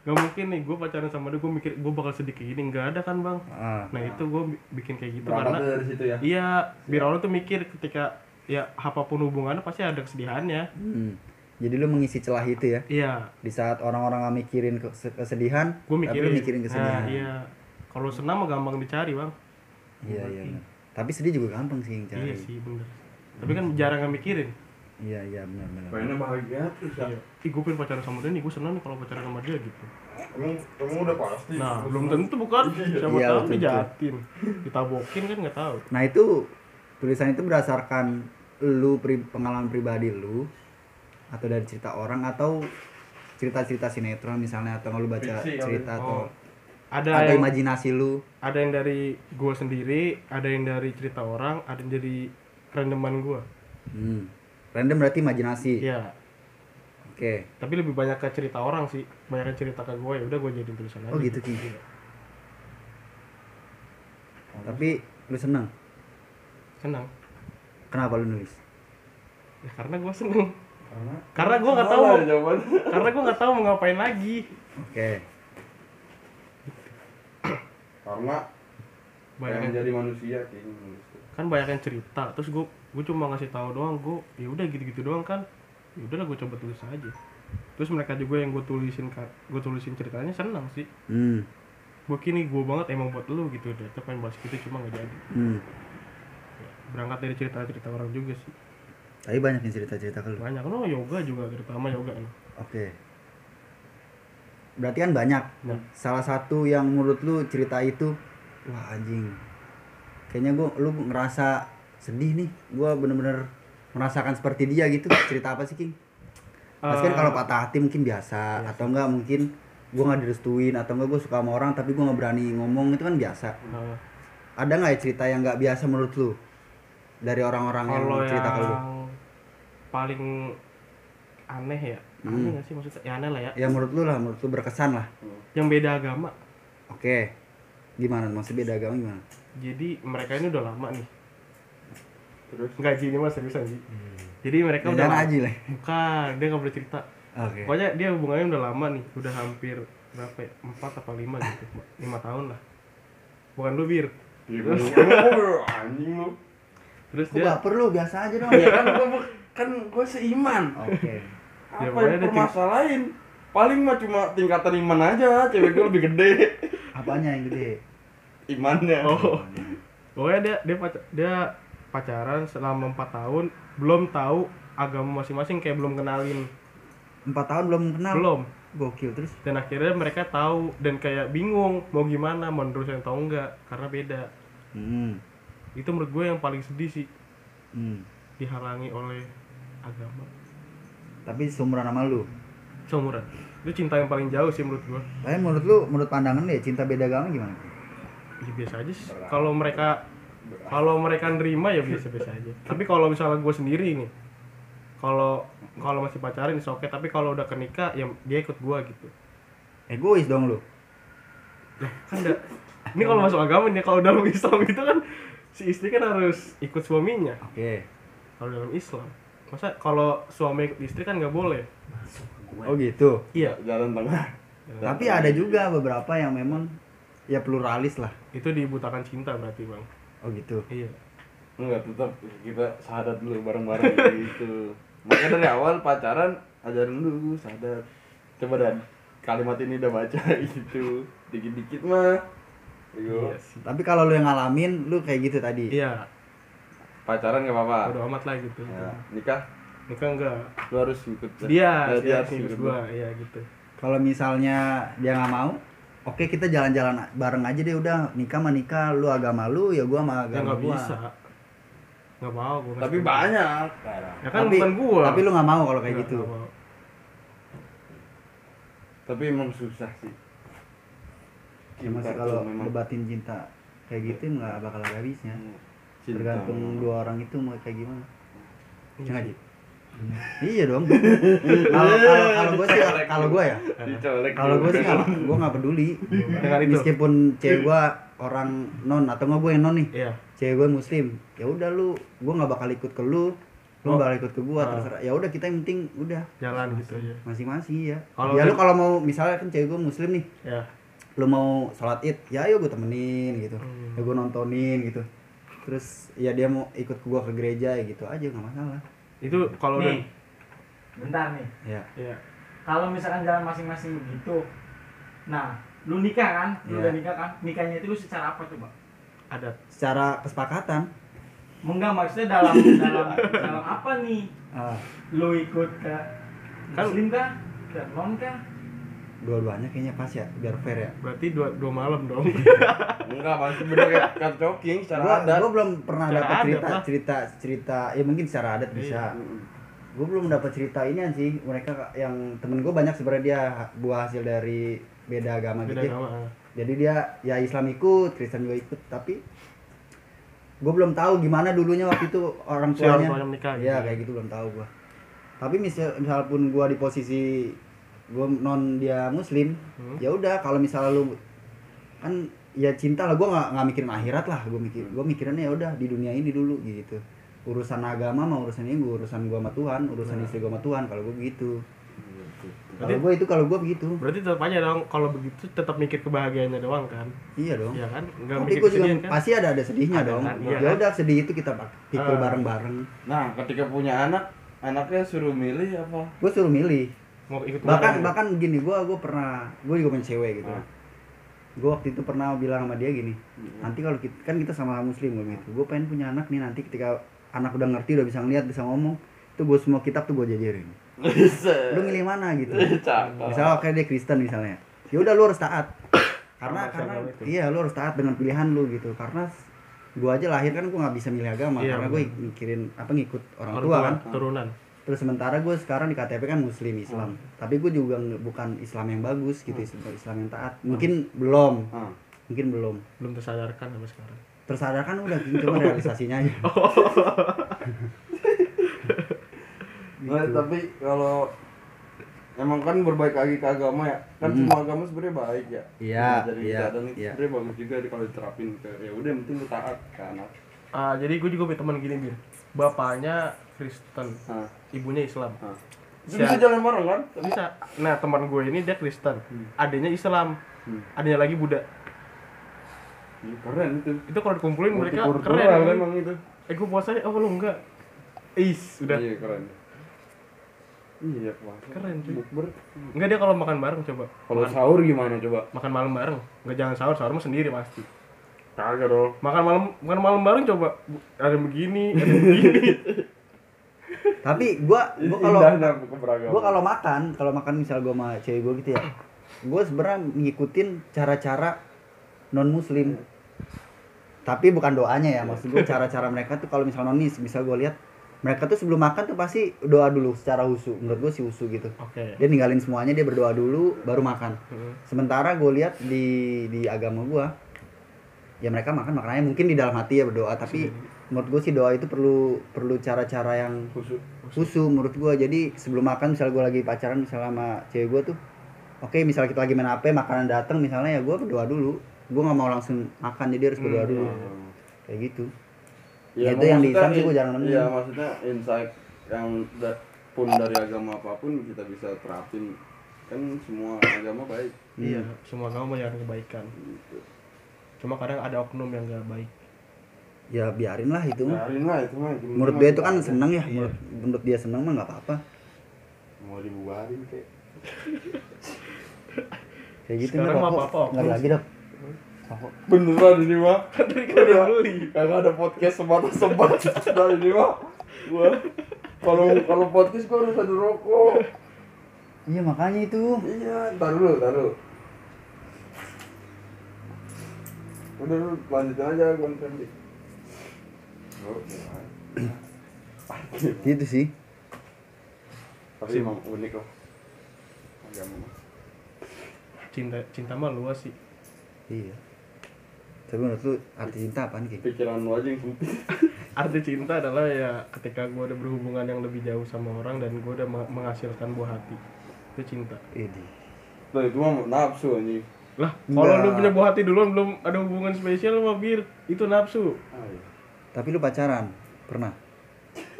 [SPEAKER 2] Gak mungkin nih, gue pacaran sama dia, gue mikir gue bakal sedih kayak gini, nggak ada kan bang?
[SPEAKER 1] Ah.
[SPEAKER 2] Nah itu gue bikin kayak gitu
[SPEAKER 3] Berangkat
[SPEAKER 2] karena
[SPEAKER 3] dari situ ya.
[SPEAKER 2] iya, biar orang tuh mikir ketika ya apapun hubungannya pasti ada kesedihannya.
[SPEAKER 1] Hmm. Jadi lu mengisi celah itu ya.
[SPEAKER 2] Iya,
[SPEAKER 1] Di saat orang-orang nggak mikirin kes- kesedihan,
[SPEAKER 2] gue
[SPEAKER 1] tapi lu
[SPEAKER 2] mikirin.
[SPEAKER 1] mikirin kesedihan.
[SPEAKER 2] Nah, iya. Kalau senang mah gampang dicari bang.
[SPEAKER 1] iya, iya, benar. Tapi sedih juga gampang sih yang cari.
[SPEAKER 2] Iya sih bener. Tapi kan jarang yang mikirin.
[SPEAKER 1] iya iya benar benar
[SPEAKER 3] pengennya bahagia terus ya
[SPEAKER 2] Iya. Ih, gue pengen pacaran sama dia nih, gue senang nih kalau pacaran sama dia gitu.
[SPEAKER 3] emang emang udah pasti
[SPEAKER 2] Nah, belum tentu bukan.
[SPEAKER 1] Iya,
[SPEAKER 2] Siapa tahu
[SPEAKER 1] betul,
[SPEAKER 2] dia
[SPEAKER 1] betul.
[SPEAKER 2] jahatin. Ditabokin kan nggak tahu.
[SPEAKER 1] nah itu tulisan itu berdasarkan lu pri- pengalaman pribadi lu atau dari cerita orang atau cerita-cerita sinetron misalnya atau lu baca
[SPEAKER 3] Fiksi kali.
[SPEAKER 1] cerita atau
[SPEAKER 2] Oh, ada
[SPEAKER 1] atau
[SPEAKER 2] yang
[SPEAKER 1] imajinasi lu
[SPEAKER 2] ada yang dari gue sendiri, ada yang dari cerita orang, ada yang dari randoman gue.
[SPEAKER 1] hmm. random berarti imajinasi
[SPEAKER 2] Iya.
[SPEAKER 1] oke
[SPEAKER 2] Tapi lebih banyak ke cerita orang sih, banyak cerita ke gue ya udah gue jadiin tulisan aja.
[SPEAKER 1] oh gitu ki
[SPEAKER 2] Iya.
[SPEAKER 1] tapi lu seneng
[SPEAKER 2] Senang.
[SPEAKER 1] kenapa lu nulis
[SPEAKER 2] Ya karena gue seneng.
[SPEAKER 3] karena
[SPEAKER 2] Karena gue nggak tahu,
[SPEAKER 3] Salah ya jawabannya
[SPEAKER 2] karena gue nggak tahu mau ngapain lagi.
[SPEAKER 1] oke
[SPEAKER 3] karena
[SPEAKER 2] Banyak
[SPEAKER 3] pengen jadi manusia kayaknya manusia.
[SPEAKER 2] kan banyak yang cerita terus gue gue cuma ngasih tahu doang gue ya udah gitu-gitu doang kan ya udahlah gue coba tulis aja terus mereka juga yang gue tulisin gue tulisin ceritanya senang sih
[SPEAKER 1] hmm.
[SPEAKER 2] gue kini gue banget emang buat lu gitu deh tapi pengen bahas gitu cuma nggak jadi
[SPEAKER 1] hmm.
[SPEAKER 2] berangkat dari cerita-cerita orang juga sih
[SPEAKER 1] tapi banyak yang cerita-cerita ke lu oke
[SPEAKER 2] banyak kan oh yoga juga terutama yoga kan
[SPEAKER 1] berarti kan banyak
[SPEAKER 2] Nah.
[SPEAKER 1] salah satu yang menurut lu cerita itu wah anjing kayaknya gua lu ngerasa sedih nih gua bener-bener merasakan seperti dia gitu cerita apa sih King? Pasti kan
[SPEAKER 2] Eh, Iya.
[SPEAKER 1] kalau patah hati mungkin biasa atau enggak mungkin gua nggak direstuin atau enggak gua suka sama orang tapi gua nggak berani ngomong itu kan biasa
[SPEAKER 2] eh,
[SPEAKER 1] ada nggak ya cerita yang nggak biasa menurut lu dari orang-orang yang
[SPEAKER 2] kalau yang
[SPEAKER 1] cerita ke lu
[SPEAKER 2] paling aneh ya
[SPEAKER 1] Hmm.
[SPEAKER 2] aneh nggak sih maksudnya ya aneh lah ya
[SPEAKER 1] ya menurut lu lah menurut lu berkesan lah
[SPEAKER 2] yang beda agama
[SPEAKER 1] oke gimana maksud beda agama gimana
[SPEAKER 2] jadi mereka ini udah lama nih
[SPEAKER 3] terus
[SPEAKER 2] nggak sih, ini mas seriusan sih jadi mereka
[SPEAKER 1] Beda
[SPEAKER 2] udah lama
[SPEAKER 1] aja lah
[SPEAKER 2] bukan dia nggak boleh cerita
[SPEAKER 1] Kan oke
[SPEAKER 2] pokoknya dia hubungannya udah lama nih udah hampir berapa ya empat apa lima gitu lima tahun lah bukan lu bir
[SPEAKER 3] Iya, gua- anjing lu
[SPEAKER 2] terus
[SPEAKER 1] Gua
[SPEAKER 2] dia
[SPEAKER 1] baper lu biasa aja dong
[SPEAKER 3] ya kan gua bu- kan gua seiman
[SPEAKER 1] oke
[SPEAKER 2] Ya,
[SPEAKER 3] apa
[SPEAKER 2] pokoknya
[SPEAKER 3] yang
[SPEAKER 2] ada ting-
[SPEAKER 3] permasalahin paling mah cuma tingkatan iman aja cewek gua lebih gede
[SPEAKER 1] apanya yang gede
[SPEAKER 3] imannya
[SPEAKER 2] oh pokoknya dia dia pacar dia pacaran selama empat tahun belum tahu agama masing-masing kayak belum kenalin
[SPEAKER 1] empat tahun belum kenal
[SPEAKER 2] belum
[SPEAKER 1] gokil terus
[SPEAKER 2] dan akhirnya mereka tahu dan kayak bingung mau gimana mau nerusin atau enggak karena beda
[SPEAKER 1] hmm.
[SPEAKER 2] itu menurut gue yang paling sedih sih
[SPEAKER 1] hmm.
[SPEAKER 2] dihalangi oleh agama
[SPEAKER 1] tapi seumuran sama lu
[SPEAKER 2] seumuran itu cinta yang paling jauh sih menurut gue
[SPEAKER 1] tapi menurut lu menurut pandangan deh cinta beda agama gimana
[SPEAKER 2] ya biasa aja sih kalau mereka kalau mereka nerima ya biasa biasa aja tapi kalau misalnya gue sendiri nih kalau kalau masih pacaran is oke tapi kalau udah kenikah ya dia ikut gue gitu
[SPEAKER 1] egois dong lu
[SPEAKER 2] kan da- ini kalau masuk agama nih kalau dalam Islam itu kan si istri kan harus ikut suaminya
[SPEAKER 1] oke
[SPEAKER 2] kalau dalam Islam masa kalau suami ikut istri kan nggak boleh
[SPEAKER 1] oh gitu
[SPEAKER 2] iya
[SPEAKER 3] jalan tengah
[SPEAKER 1] tapi ada juga beberapa yang memang ya pluralis lah
[SPEAKER 2] itu dibutakan cinta berarti bang
[SPEAKER 1] oh gitu
[SPEAKER 2] iya
[SPEAKER 3] Enggak, tetap kita sahadat dulu bareng-bareng gitu. Makanya dari awal pacaran ajarin dulu sahadat. Coba dan kalimat ini udah baca gitu. Dikit-dikit mah. Iya.
[SPEAKER 2] iya sih
[SPEAKER 1] tapi kalau lu yang ngalamin lu kayak gitu tadi
[SPEAKER 2] iya
[SPEAKER 3] Pacaran gak apa-apa.
[SPEAKER 2] udah amat lah gitu
[SPEAKER 1] Iya.
[SPEAKER 3] Ya, nikah
[SPEAKER 2] nikah enggak
[SPEAKER 3] lu harus ikut
[SPEAKER 2] dia
[SPEAKER 3] Ya,
[SPEAKER 2] dia harus ikut gua iya gitu
[SPEAKER 1] kalau misalnya dia nggak mau oke kita jalan-jalan a- bareng aja deh udah nikah mah nikah lu agama lu ya gua sama
[SPEAKER 2] ya
[SPEAKER 1] agama
[SPEAKER 2] nggak
[SPEAKER 1] gua
[SPEAKER 2] bisa nggak mau gua nggak
[SPEAKER 3] Tapi
[SPEAKER 2] setuju.
[SPEAKER 3] banyak.
[SPEAKER 2] ya kan
[SPEAKER 1] tapi,
[SPEAKER 2] bukan gua
[SPEAKER 1] tapi lu nggak mau kalau kayak
[SPEAKER 2] Nggak,
[SPEAKER 1] gitu
[SPEAKER 2] nggak mau.
[SPEAKER 3] Tapi emang susah sih.
[SPEAKER 1] ya masih
[SPEAKER 3] tuh
[SPEAKER 1] kalau
[SPEAKER 3] memang-
[SPEAKER 1] debatin cinta kayak gitu nggak bakal ada habisnya
[SPEAKER 3] Cinta
[SPEAKER 1] tergantung
[SPEAKER 3] memang.
[SPEAKER 1] dua orang itu mau kayak gimana
[SPEAKER 2] Iya.
[SPEAKER 1] Sengaja. iya dong kalau kalau kalau gue sih kalau gue ya
[SPEAKER 3] Dicolek
[SPEAKER 1] kalau gue
[SPEAKER 3] juga.
[SPEAKER 1] sih nggak gue nggak peduli
[SPEAKER 2] Dengan itu.
[SPEAKER 1] meskipun cewek gue orang non atau nggak gue yang non nih
[SPEAKER 2] iya
[SPEAKER 1] cewek gue muslim ya udah lu gue nggak bakal ikut ke lu lu nggak bakal ikut ke gue terserah ya udah kita yang penting udah
[SPEAKER 2] jalan
[SPEAKER 1] Iya
[SPEAKER 2] gitu aja
[SPEAKER 1] masing-masing ya
[SPEAKER 2] Kalau
[SPEAKER 1] ya
[SPEAKER 2] lu-
[SPEAKER 1] lu kalau mau misalnya kan cewek gue muslim nih
[SPEAKER 2] ya
[SPEAKER 1] lu mau sholat id ya ayo gue temenin gitu
[SPEAKER 2] Hmm.
[SPEAKER 1] ya gue nontonin gitu terus ya dia mau ikut ke gue ke gereja ya gitu aja nggak masalah
[SPEAKER 2] itu kalau udah
[SPEAKER 4] Nih, bentar nih.
[SPEAKER 1] ya
[SPEAKER 2] iya
[SPEAKER 4] Kalau misalkan jalan masing-masing begitu, nah, lu nikah kan? Lu
[SPEAKER 1] Iya.
[SPEAKER 4] udah nikah kan? Nikahnya itu lu secara apa coba?
[SPEAKER 2] ada
[SPEAKER 1] secara kesepakatan
[SPEAKER 4] Enggak maksudnya dalam dalam dalam apa nih?
[SPEAKER 1] Ah,
[SPEAKER 4] Lu ikut ke
[SPEAKER 2] Kan-
[SPEAKER 4] muslim kah? Ke non kah?
[SPEAKER 1] dua-duanya kayaknya pas ya biar fair ya
[SPEAKER 2] Berarti dua, dua malam dong.
[SPEAKER 1] Iya.
[SPEAKER 3] Enggak, pasti bener ya. Kan coking secara
[SPEAKER 1] gua,
[SPEAKER 3] adat.
[SPEAKER 1] gua belum pernah
[SPEAKER 2] Secara
[SPEAKER 1] dapat
[SPEAKER 2] adat
[SPEAKER 1] cerita
[SPEAKER 2] lah.
[SPEAKER 1] cerita cerita ya mungkin secara adat bisa
[SPEAKER 3] Mm-mm.
[SPEAKER 2] Iya.
[SPEAKER 1] gue belum dapat cerita ini sih mereka yang temen gue banyak sebenarnya dia buah hasil dari beda agama
[SPEAKER 2] Beda
[SPEAKER 1] gitu ya.
[SPEAKER 2] agama. ah.
[SPEAKER 1] jadi dia ya Islam ikut Kristen juga ikut tapi gue belum tahu gimana dulunya waktu itu orang
[SPEAKER 2] Si orang
[SPEAKER 1] tuanya
[SPEAKER 2] tuanya menikah gitu
[SPEAKER 1] ya
[SPEAKER 2] ya.
[SPEAKER 1] kayak gitu belum tahu gue tapi misal misal pun gue di posisi gue non dia muslim
[SPEAKER 2] Hmm.
[SPEAKER 1] ya udah kalau misalnya lu kan ya cinta lah gue nggak nggak mikirin akhirat lah gue mikir gue mikirannya ya udah di dunia ini dulu gitu urusan agama mah urusan ini gua urusan gue sama Tuhan urusan
[SPEAKER 2] Hmm.
[SPEAKER 1] istri gue sama Tuhan kalau gue begitu
[SPEAKER 2] Iya,
[SPEAKER 1] kalau
[SPEAKER 2] Berarti-
[SPEAKER 1] gue itu kalau gue begitu
[SPEAKER 2] Berarti tetap aja dong kalau begitu tetap mikir kebahagiaannya doang kan.
[SPEAKER 1] iya dong
[SPEAKER 2] Iya kan? Enggak
[SPEAKER 1] Tapi
[SPEAKER 2] mikir
[SPEAKER 1] gue juga
[SPEAKER 2] kesedihan kan.
[SPEAKER 1] pasti ada ada sedihnya
[SPEAKER 2] Ada
[SPEAKER 1] dong.
[SPEAKER 2] kan? Iya
[SPEAKER 1] ya
[SPEAKER 2] kan?
[SPEAKER 1] udah sedih itu kita pak- pikul
[SPEAKER 2] Ah.
[SPEAKER 1] bareng-bareng.
[SPEAKER 3] Nah, ketika punya anak, anaknya suruh milih apa?
[SPEAKER 1] Gue suruh milih.
[SPEAKER 2] Mau ikut
[SPEAKER 1] Bahkan
[SPEAKER 2] kemana?
[SPEAKER 1] bahkan gini, gue gue pernah gue juga main cewek gitu.
[SPEAKER 3] Ah.
[SPEAKER 1] Gue waktu itu pernah bilang sama dia gini,
[SPEAKER 2] Hmm.
[SPEAKER 1] nanti kalau kita kan kita sama muslim gue gitu, gue pengen punya anak nih nanti ketika anak udah ngerti udah bisa ngeliat bisa ngomong, itu gue semua kitab tuh gue jajarin.
[SPEAKER 3] Bisa.
[SPEAKER 1] Lu milih mana gitu?
[SPEAKER 3] Cakep.
[SPEAKER 1] Misalnya kayak dia Kristen misalnya, ya udah lu harus taat. Karena
[SPEAKER 2] Sama
[SPEAKER 1] karena
[SPEAKER 2] agama itu.
[SPEAKER 1] iya lu harus taat dengan pilihan lu gitu. Karena gue aja lahir kan gue nggak bisa milih agama
[SPEAKER 2] Iya,
[SPEAKER 1] karena gue mikirin apa ngikut orang,
[SPEAKER 2] Orang
[SPEAKER 1] tua, kan.
[SPEAKER 2] turunan.
[SPEAKER 1] Terus sementara gue sekarang di KTP kan Muslim Islam, tapi gue juga nge- bukan Islam yang bagus gitu, Islam yang taat. Mungkin belum,
[SPEAKER 3] Ah.
[SPEAKER 1] mungkin belum.
[SPEAKER 2] Belum tersadarkan sampai sekarang.
[SPEAKER 1] Tersadarkan udah cuma realisasinya aja. Gitu.
[SPEAKER 3] Nah, tapi kalau emang kan berbaik lagi ke agama ya kan semua agama sebenarnya baik ya
[SPEAKER 1] Hmm. Iya,
[SPEAKER 3] dari
[SPEAKER 1] iya,
[SPEAKER 3] dan itu
[SPEAKER 1] iya.
[SPEAKER 3] sebenarnya bagus juga kalau diterapin ke ya udah yang penting lu taat ke anak
[SPEAKER 2] Ah, jadi gue juga punya teman gini, Bir. Bapaknya Kristen,
[SPEAKER 3] nah,
[SPEAKER 2] ibunya Islam.
[SPEAKER 3] nah. Itu
[SPEAKER 2] Siap.
[SPEAKER 3] bisa jalan bareng kan
[SPEAKER 2] Bisa. Nah, teman gue ini dia Kristen.
[SPEAKER 3] Hmm.
[SPEAKER 2] Adanya Islam.
[SPEAKER 3] Hmm.
[SPEAKER 2] Adanya lagi Buddha.
[SPEAKER 3] Ih, Iya, keren itu
[SPEAKER 2] Itu kalau dikumpulin mereka
[SPEAKER 3] Multikultural
[SPEAKER 2] keren. kan?
[SPEAKER 3] Oh, emang itu
[SPEAKER 2] Eh, gue puasanya oh lu enggak. Is, udah.
[SPEAKER 3] iya keren iya wah
[SPEAKER 2] Keren, cuy.
[SPEAKER 3] bukber
[SPEAKER 2] Enggak dia kalau makan bareng coba.
[SPEAKER 3] kalau sahur gimana coba
[SPEAKER 2] Makan malam bareng. Enggak jangan sahur, sahur mah sendiri pasti.
[SPEAKER 3] kagak dong
[SPEAKER 2] Makan malam makan malam bareng coba. Bu- Ada yang begini, ada yang begini.
[SPEAKER 1] tapi gue
[SPEAKER 3] Iya,
[SPEAKER 1] gue kalau
[SPEAKER 3] indah nah, dan keberagaman
[SPEAKER 1] gue kalau makan kalau makan misal gue sama cewek gue gitu ya gue sebenarnya ngikutin cara-cara non muslim tapi bukan doanya ya maksud gue cara-cara mereka tuh kalau misal nonis misal gue lihat mereka tuh sebelum makan tuh pasti doa dulu secara husu menurut gue si husu gitu
[SPEAKER 2] Oke.
[SPEAKER 1] dia ninggalin semuanya dia berdoa dulu baru makan
[SPEAKER 2] Heeh.
[SPEAKER 1] sementara gue lihat di di agama gue ya mereka makan makanannya mungkin di dalam hati ya berdoa tapi menurut gue sih doa itu perlu perlu cara-cara yang
[SPEAKER 3] khusus
[SPEAKER 1] susu menurut gua jadi sebelum makan misal gua lagi pacaran misalnya sama cewek gua tuh oke misal kita lagi main HP makanan datang misalnya ya gua berdoa dulu gua nggak mau langsung makan jadi harus berdoa dulu
[SPEAKER 2] Hmm, iya.
[SPEAKER 1] kayak gitu Ya, itu yang di
[SPEAKER 3] Hmm. maksudnya
[SPEAKER 1] Islam sih gua
[SPEAKER 3] in-
[SPEAKER 1] jarang nemuin.
[SPEAKER 3] Iya, maksudnya insight yang da- pun dari agama apapun kita bisa terapin kan semua agama baik.
[SPEAKER 2] Iya, semua kamu menyarankan kebaikan.
[SPEAKER 3] Gitu.
[SPEAKER 2] Cuma kadang ada oknum yang gak baik.
[SPEAKER 1] ya biarin lah itu mah.
[SPEAKER 3] Biarin lah itu Iya. Nah, mah. gimana
[SPEAKER 1] menurut
[SPEAKER 3] mah
[SPEAKER 1] dia itu kan
[SPEAKER 2] Iya.
[SPEAKER 3] kita-
[SPEAKER 1] seneng ya menurut, menurut dia seneng mah nggak apa-apa
[SPEAKER 3] Mau dibuarin kayak.
[SPEAKER 1] kayak gitu
[SPEAKER 2] Sekarang
[SPEAKER 1] nggak
[SPEAKER 2] mah apa-apa, Hmm.
[SPEAKER 1] nggak
[SPEAKER 2] oknum.
[SPEAKER 1] lagi dap
[SPEAKER 3] Beneran ini mah.
[SPEAKER 2] Tadi kan ada yang beli.
[SPEAKER 3] Kagak ada podcast sebatas sebat. Nah ini mah. Gua kalau kalau podcast gua harus ada rokok.
[SPEAKER 1] iya makanya itu
[SPEAKER 3] Iya, ntar dulu, ntar dulu. Udah lu lanjutin aja konten di. Oh, gimana?
[SPEAKER 1] gitu sih
[SPEAKER 3] Tapi emang unik lah. Agama.
[SPEAKER 2] Cinta cinta mah luas sih.
[SPEAKER 1] iya tapi menurut lu arti cinta apaan Ki?
[SPEAKER 2] Iya.
[SPEAKER 3] Pikiran lu aja yang sempit.
[SPEAKER 2] Arti cinta adalah ya ketika gue udah berhubungan yang lebih jauh sama orang dan gue udah me- menghasilkan buah hati. Itu cinta.
[SPEAKER 1] Ini.
[SPEAKER 3] Tuh Nah, itu mah nafsu anjing.
[SPEAKER 2] Lah, kalau lu
[SPEAKER 1] Enggak.
[SPEAKER 2] punya buah hati duluan belum ada hubungan spesial sama Bir, itu nafsu.
[SPEAKER 3] Ah, iya.
[SPEAKER 1] tapi lu pacaran pernah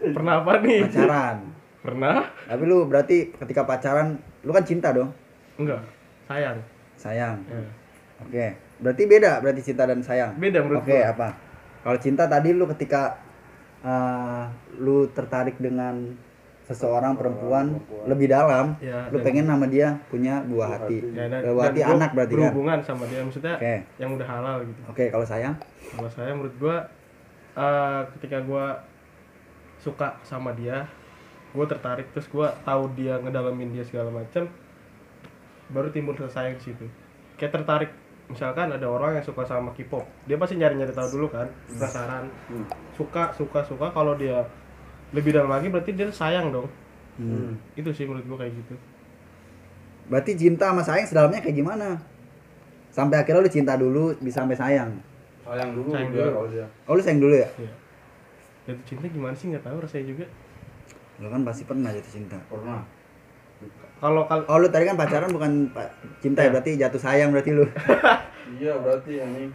[SPEAKER 2] Pernah apa nih?
[SPEAKER 1] pacaran
[SPEAKER 2] Pernah?
[SPEAKER 1] tapi lu berarti ketika pacaran lu kan cinta dong
[SPEAKER 2] Enggak. Sayang.
[SPEAKER 1] sayang
[SPEAKER 2] Ya.
[SPEAKER 1] Oke, berarti beda berarti cinta dan sayang.
[SPEAKER 2] Beda menurut
[SPEAKER 1] Oke, ya.
[SPEAKER 2] gua.
[SPEAKER 1] apa? Kalau cinta tadi lu ketika eh, lu tertarik dengan seseorang perempuan,
[SPEAKER 3] perempuan.
[SPEAKER 1] lebih dalam,
[SPEAKER 2] Ya,
[SPEAKER 1] lu
[SPEAKER 2] dan-
[SPEAKER 1] pengen sama dia punya buah hati.
[SPEAKER 2] Ya, dan-
[SPEAKER 1] Buah
[SPEAKER 2] dan
[SPEAKER 1] hati
[SPEAKER 2] gua
[SPEAKER 1] anak berarti kan.
[SPEAKER 2] berhubungan sama dia maksudnya
[SPEAKER 1] Oke.
[SPEAKER 2] yang udah halal gitu.
[SPEAKER 1] Oke, kalau sayang
[SPEAKER 2] Kalau saya menurut gua eh, ketika gua suka sama dia gue tertarik terus gua tahu dia ngedalamin dia segala macam baru timbul rasa sayang di situ kayak tertarik misalkan ada orang yang suka sama K-pop dia pasti nyari nyari tahu dulu kan penasaran suka suka suka kalau dia lebih dalam lagi berarti dia sayang dong
[SPEAKER 1] Hmm.
[SPEAKER 2] itu sih menurut gua kayak gitu
[SPEAKER 1] Berarti cinta sama sayang sedalamnya kayak gimana? Sampai akhirnya lu cinta dulu bisa sampai sayang.
[SPEAKER 3] sayang Oh, dulu
[SPEAKER 2] Sayang
[SPEAKER 3] dia
[SPEAKER 2] dulu.
[SPEAKER 3] kalau dia
[SPEAKER 1] Oh lu sayang dulu ya?
[SPEAKER 2] ya jatuh cinta gimana sih nggak tahu rasanya juga
[SPEAKER 1] Lu kan pasti pernah jatuh cinta.
[SPEAKER 3] pernah
[SPEAKER 2] kalau kalau
[SPEAKER 1] Oh lu tadi kan pacaran bukan pa- cinta
[SPEAKER 2] Iya.
[SPEAKER 1] ya berarti jatuh sayang berarti lu.
[SPEAKER 3] iya berarti ya nih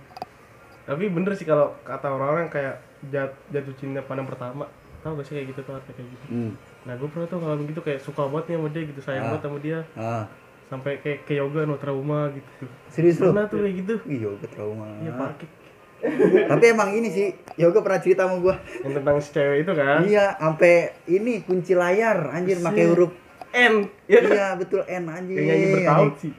[SPEAKER 2] tapi bener sih kalau kata orang-orang kayak jat- jatuh cinta pandang pertama tau gak sih kayak gitu tuh artinya kayak gitu
[SPEAKER 1] Hmm.
[SPEAKER 2] nah gue pernah tuh kalau begitu kayak suka banget nih sama dia gitu sayang
[SPEAKER 1] Ah.
[SPEAKER 2] banget sama dia
[SPEAKER 1] Ah,
[SPEAKER 2] sampai kayak ke yoga no trauma gitu
[SPEAKER 1] serius lu? Ah.
[SPEAKER 2] pernah tuh kayak gitu
[SPEAKER 1] Wih, yoga trauma.
[SPEAKER 2] iya parkir
[SPEAKER 1] Tapi emang ini sih, yoga pernah cerita sama gua.
[SPEAKER 2] yang tentang si cewek itu kan
[SPEAKER 1] Iya, sampai ini kunci layar anjir
[SPEAKER 2] Buset.
[SPEAKER 1] pakai huruf.
[SPEAKER 2] N ya
[SPEAKER 1] Iya, betul N anjir.
[SPEAKER 2] kayak nyanyi bertaut
[SPEAKER 1] anjing.
[SPEAKER 2] sih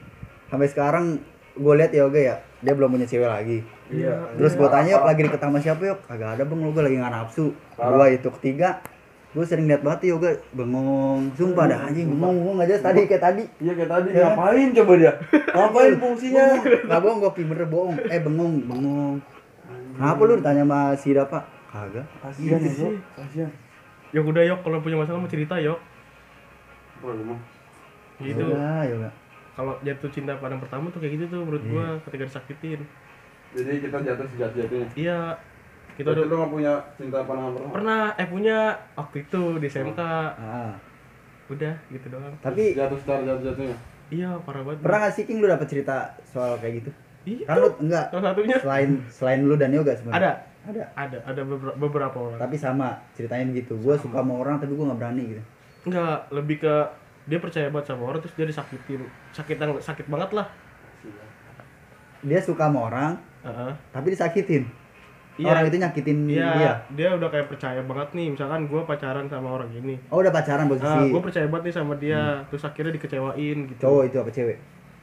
[SPEAKER 1] Sampai sekarang gue lihat yoga ya, dia belum punya cewek lagi.
[SPEAKER 3] iya
[SPEAKER 1] Terus gue tanya yuk lagi deket sama siapa yuk? Kagak ada bang, lu gue lagi nggak nafsu. Gua itu ketiga, gue sering lihat banget yoga bengong, sumpah dah anjing bengong bengong aja tadi kayak tadi.
[SPEAKER 3] iya kayak tadi
[SPEAKER 1] Ya.
[SPEAKER 3] ngapain coba dia ngapain fungsinya
[SPEAKER 1] Gak bohong, gue bener bohong. Eh bengong bengong. Kenapa lu ditanya sama si Dapa? Kagak.
[SPEAKER 3] kasian ya
[SPEAKER 2] Gitu
[SPEAKER 3] bro
[SPEAKER 2] sih.
[SPEAKER 3] kasian
[SPEAKER 2] ya udah yok kalau punya masalah mau cerita yok
[SPEAKER 3] Wah, lu mah.
[SPEAKER 2] gitu
[SPEAKER 1] Yoga, yoga.
[SPEAKER 2] kalau jatuh cinta pandang pertama tuh kayak gitu tuh menurut gua
[SPEAKER 1] Iya.
[SPEAKER 2] ketika disakitin
[SPEAKER 3] jadi kita jatuh sejati-jatuhnya
[SPEAKER 2] iya kita
[SPEAKER 3] Berarti
[SPEAKER 2] udah
[SPEAKER 3] lu nggak punya cinta pandangan pertama
[SPEAKER 2] pernah eh punya waktu itu di SMK
[SPEAKER 1] Ah.
[SPEAKER 2] udah gitu doang
[SPEAKER 1] Tapi
[SPEAKER 3] jatuh ya? secara jatuh-jatuhnya
[SPEAKER 2] Iya, parah banget.
[SPEAKER 1] Pernah gak sih King lu dapat cerita soal kayak gitu?
[SPEAKER 2] Iya.
[SPEAKER 1] Kan lu enggak
[SPEAKER 2] Salah satunya
[SPEAKER 1] selain selain lu dan Yoga
[SPEAKER 2] ada,
[SPEAKER 1] sebenarnya. Ada.
[SPEAKER 2] ada, ada beberapa, beberapa orang.
[SPEAKER 1] Tapi sama ceritanya begitu. Gue suka sama orang tapi gue nggak berani gitu.
[SPEAKER 2] Enggak, lebih ke dia percaya banget sama orang terus dia disakitin. Sakit yang sakit banget lah.
[SPEAKER 1] Dia suka sama orang
[SPEAKER 2] Heeh.
[SPEAKER 1] tapi disakitin.
[SPEAKER 2] Iya.
[SPEAKER 1] Orang itu nyakitin
[SPEAKER 2] Iya,
[SPEAKER 1] dia.
[SPEAKER 2] dia udah kayak percaya banget nih. Misalkan gua pacaran sama orang ini.
[SPEAKER 1] Oh udah pacaran
[SPEAKER 2] Ah,
[SPEAKER 1] posisi
[SPEAKER 2] gua percaya banget nih sama dia. Terus akhirnya dikecewain gitu.
[SPEAKER 1] Hmm. cowok itu apa cewek?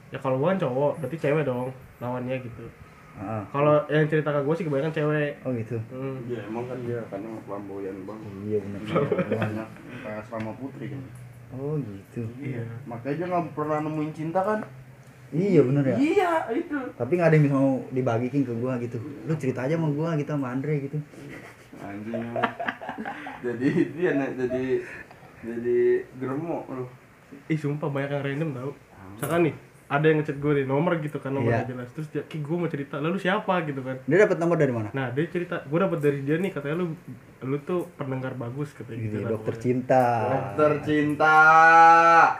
[SPEAKER 2] Ya kalau gua kan cowok, berarti cewek dong lawannya gitu.
[SPEAKER 1] Ah, ah.
[SPEAKER 2] Kalau yang cerita ke gua sih kebanyakan cewek.
[SPEAKER 1] Oh gitu.
[SPEAKER 2] Hmm.
[SPEAKER 3] Iya emang kan dia karena flamboyan banget.
[SPEAKER 1] Iya benar.
[SPEAKER 3] Banyak kayak asrama putri kan.
[SPEAKER 1] Oh gitu.
[SPEAKER 2] Iya.
[SPEAKER 3] Makanya dia nggak pernah nemuin cinta kan?
[SPEAKER 1] Iya bener ya.
[SPEAKER 3] Iya itu.
[SPEAKER 1] Tapi nggak ada yang bisa mau dibagi King ke gue gitu. Lu cerita aja sama gue gitu sama Andre gitu.
[SPEAKER 3] Anjing. jadi dia na- jadi jadi germo loh.
[SPEAKER 2] Ih sumpah banyak yang random tau Misalkan nih ada yang ngechat gue nih nomor gitu kan nomornya
[SPEAKER 1] Iya.
[SPEAKER 2] jelas terus dia ki gue mau cerita lalu siapa gitu kan
[SPEAKER 1] Dia dapat nomor dari mana?
[SPEAKER 2] nah dia cerita gue dapat dari dia nih katanya lu lu tuh pendengar bagus katanya gitu,
[SPEAKER 1] Gitu,
[SPEAKER 2] kan.
[SPEAKER 1] dokter cinta. Ah.
[SPEAKER 3] Dokter cinta.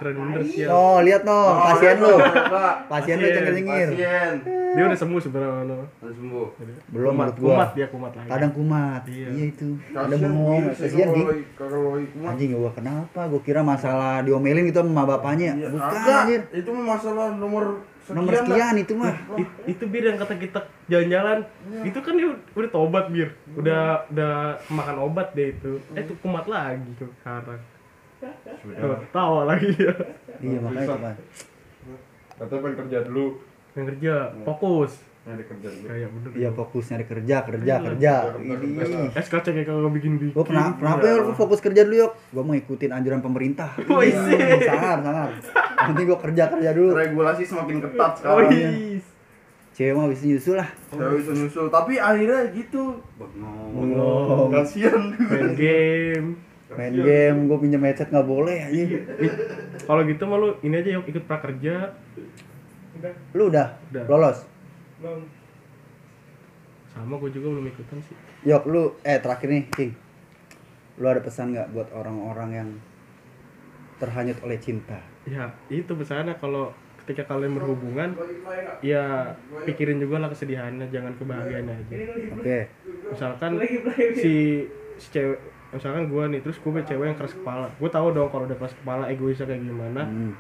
[SPEAKER 2] keren bener sih
[SPEAKER 3] Iya.
[SPEAKER 2] ya.
[SPEAKER 1] Oh lihat no, pasien lu.
[SPEAKER 3] Coba.
[SPEAKER 1] Pasien lu cengir-cengir.
[SPEAKER 3] Pasien.
[SPEAKER 2] dia udah sembuh sebenarnya no.
[SPEAKER 3] Harus sembuh.
[SPEAKER 1] Belum
[SPEAKER 2] kumat
[SPEAKER 1] menurut gua.
[SPEAKER 2] kumat dia kumat lagi
[SPEAKER 1] Kadang kumat.
[SPEAKER 2] Iya.
[SPEAKER 1] Iya, itu. Ada
[SPEAKER 3] Kasian
[SPEAKER 1] bengong,
[SPEAKER 3] gitu sih
[SPEAKER 1] kasihan
[SPEAKER 3] kalau
[SPEAKER 1] Ging.
[SPEAKER 3] lagi- Kalau lagi kumat.
[SPEAKER 1] Anjing gua kenapa? Gua kira masalah diomelin gitu sama bapaknya.
[SPEAKER 3] Iya,
[SPEAKER 1] Bukan
[SPEAKER 3] kagak.
[SPEAKER 1] anjir.
[SPEAKER 3] Itu mah masalah nomor sekian.
[SPEAKER 1] Nomor
[SPEAKER 3] lah.
[SPEAKER 1] sekian itu mah.
[SPEAKER 2] I- itu bir yang kata kita jalan-jalan
[SPEAKER 1] Iya.
[SPEAKER 2] itu kan dia ud- udah tobat bir udah udah makan obat deh itu
[SPEAKER 1] Iya.
[SPEAKER 2] eh tuh kumat lagi tuh sekarang Tuh, tawa lagi ya
[SPEAKER 1] Iya makanya kumat.
[SPEAKER 3] Katanya pengen kerja dulu.
[SPEAKER 2] yang kerja fokus
[SPEAKER 3] Nyari kerja dulu.
[SPEAKER 2] kayak bener
[SPEAKER 1] Iya fokus nyari kerja, kerja,
[SPEAKER 3] Iya,
[SPEAKER 1] kerja. Ini.
[SPEAKER 2] Es kacang kayak kagak bikin bikin.
[SPEAKER 1] Gua kenapa, kenapa ya lu fokus kerja dulu yuk? Gua mau ngikutin anjuran pemerintah.
[SPEAKER 2] Woi, sih.
[SPEAKER 1] sangar, sangar. Nanti gua kerja iya. kerja dulu.
[SPEAKER 3] Regulasi semakin ketat
[SPEAKER 2] Oh
[SPEAKER 3] sekarang.
[SPEAKER 2] yes.
[SPEAKER 1] Cewek mah bisa nyusul lah.
[SPEAKER 3] Cewek itu nyusul, tapi akhirnya gitu. Bengong.
[SPEAKER 1] Bengong.
[SPEAKER 3] Kasian.
[SPEAKER 2] Main game.
[SPEAKER 1] Main game, gua pinjam headset nggak boleh anjing.
[SPEAKER 2] Ih, Kalau gitu mah lu ini aja yuk ikut prakerja.
[SPEAKER 1] Lu udah,
[SPEAKER 2] Udah.
[SPEAKER 1] lolos.
[SPEAKER 2] Sama gue juga belum ikutan sih.
[SPEAKER 1] Yok lu eh terakhir nih King. Lu ada pesan nggak buat orang-orang yang terhanyut oleh cinta?
[SPEAKER 2] Ya itu pesannya kalau ketika kalian berhubungan ya pikirin juga lah kesedihannya jangan kebahagiaan aja
[SPEAKER 1] Oke.
[SPEAKER 2] misalkan si, si cewek misalkan gue nih terus gue cewek yang keras kepala gue tahu dong kalau udah keras kepala egoisnya kayak gimana
[SPEAKER 1] Hmm.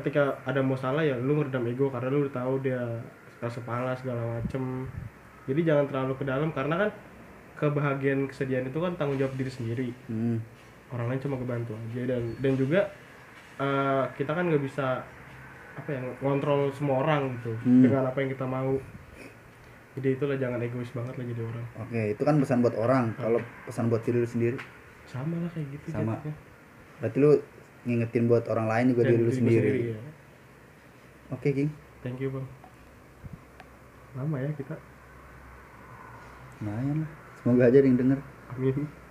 [SPEAKER 2] ketika ada masalah ya lu ngeredam ego karena lu udah tahu dia keras kepala segala macem jadi jangan terlalu ke dalam karena kan kebahagiaan kesedihan itu kan tanggung jawab diri sendiri
[SPEAKER 1] Hmm.
[SPEAKER 2] orang lain cuma kebantu aja dan dan juga eh, kita kan nggak bisa apa ya ngontrol semua orang gitu
[SPEAKER 1] Hmm.
[SPEAKER 2] dengan apa yang kita mau jadi itulah jangan egois banget lah jadi orang
[SPEAKER 1] Oke, itu kan pesan buat orang. Kalau pesan buat diri lu sendiri,
[SPEAKER 2] sama lah kayak gitu
[SPEAKER 1] Sama.
[SPEAKER 2] jatuhnya.
[SPEAKER 1] berarti lu ngingetin buat orang lain juga
[SPEAKER 2] Dan
[SPEAKER 1] Iya, diri lu
[SPEAKER 2] gua
[SPEAKER 1] sendiri.
[SPEAKER 2] ya.
[SPEAKER 1] Oke, King.
[SPEAKER 2] thank you bang lama ya kita
[SPEAKER 1] Lumayan lah. Semoga aja ada yang denger.
[SPEAKER 2] amin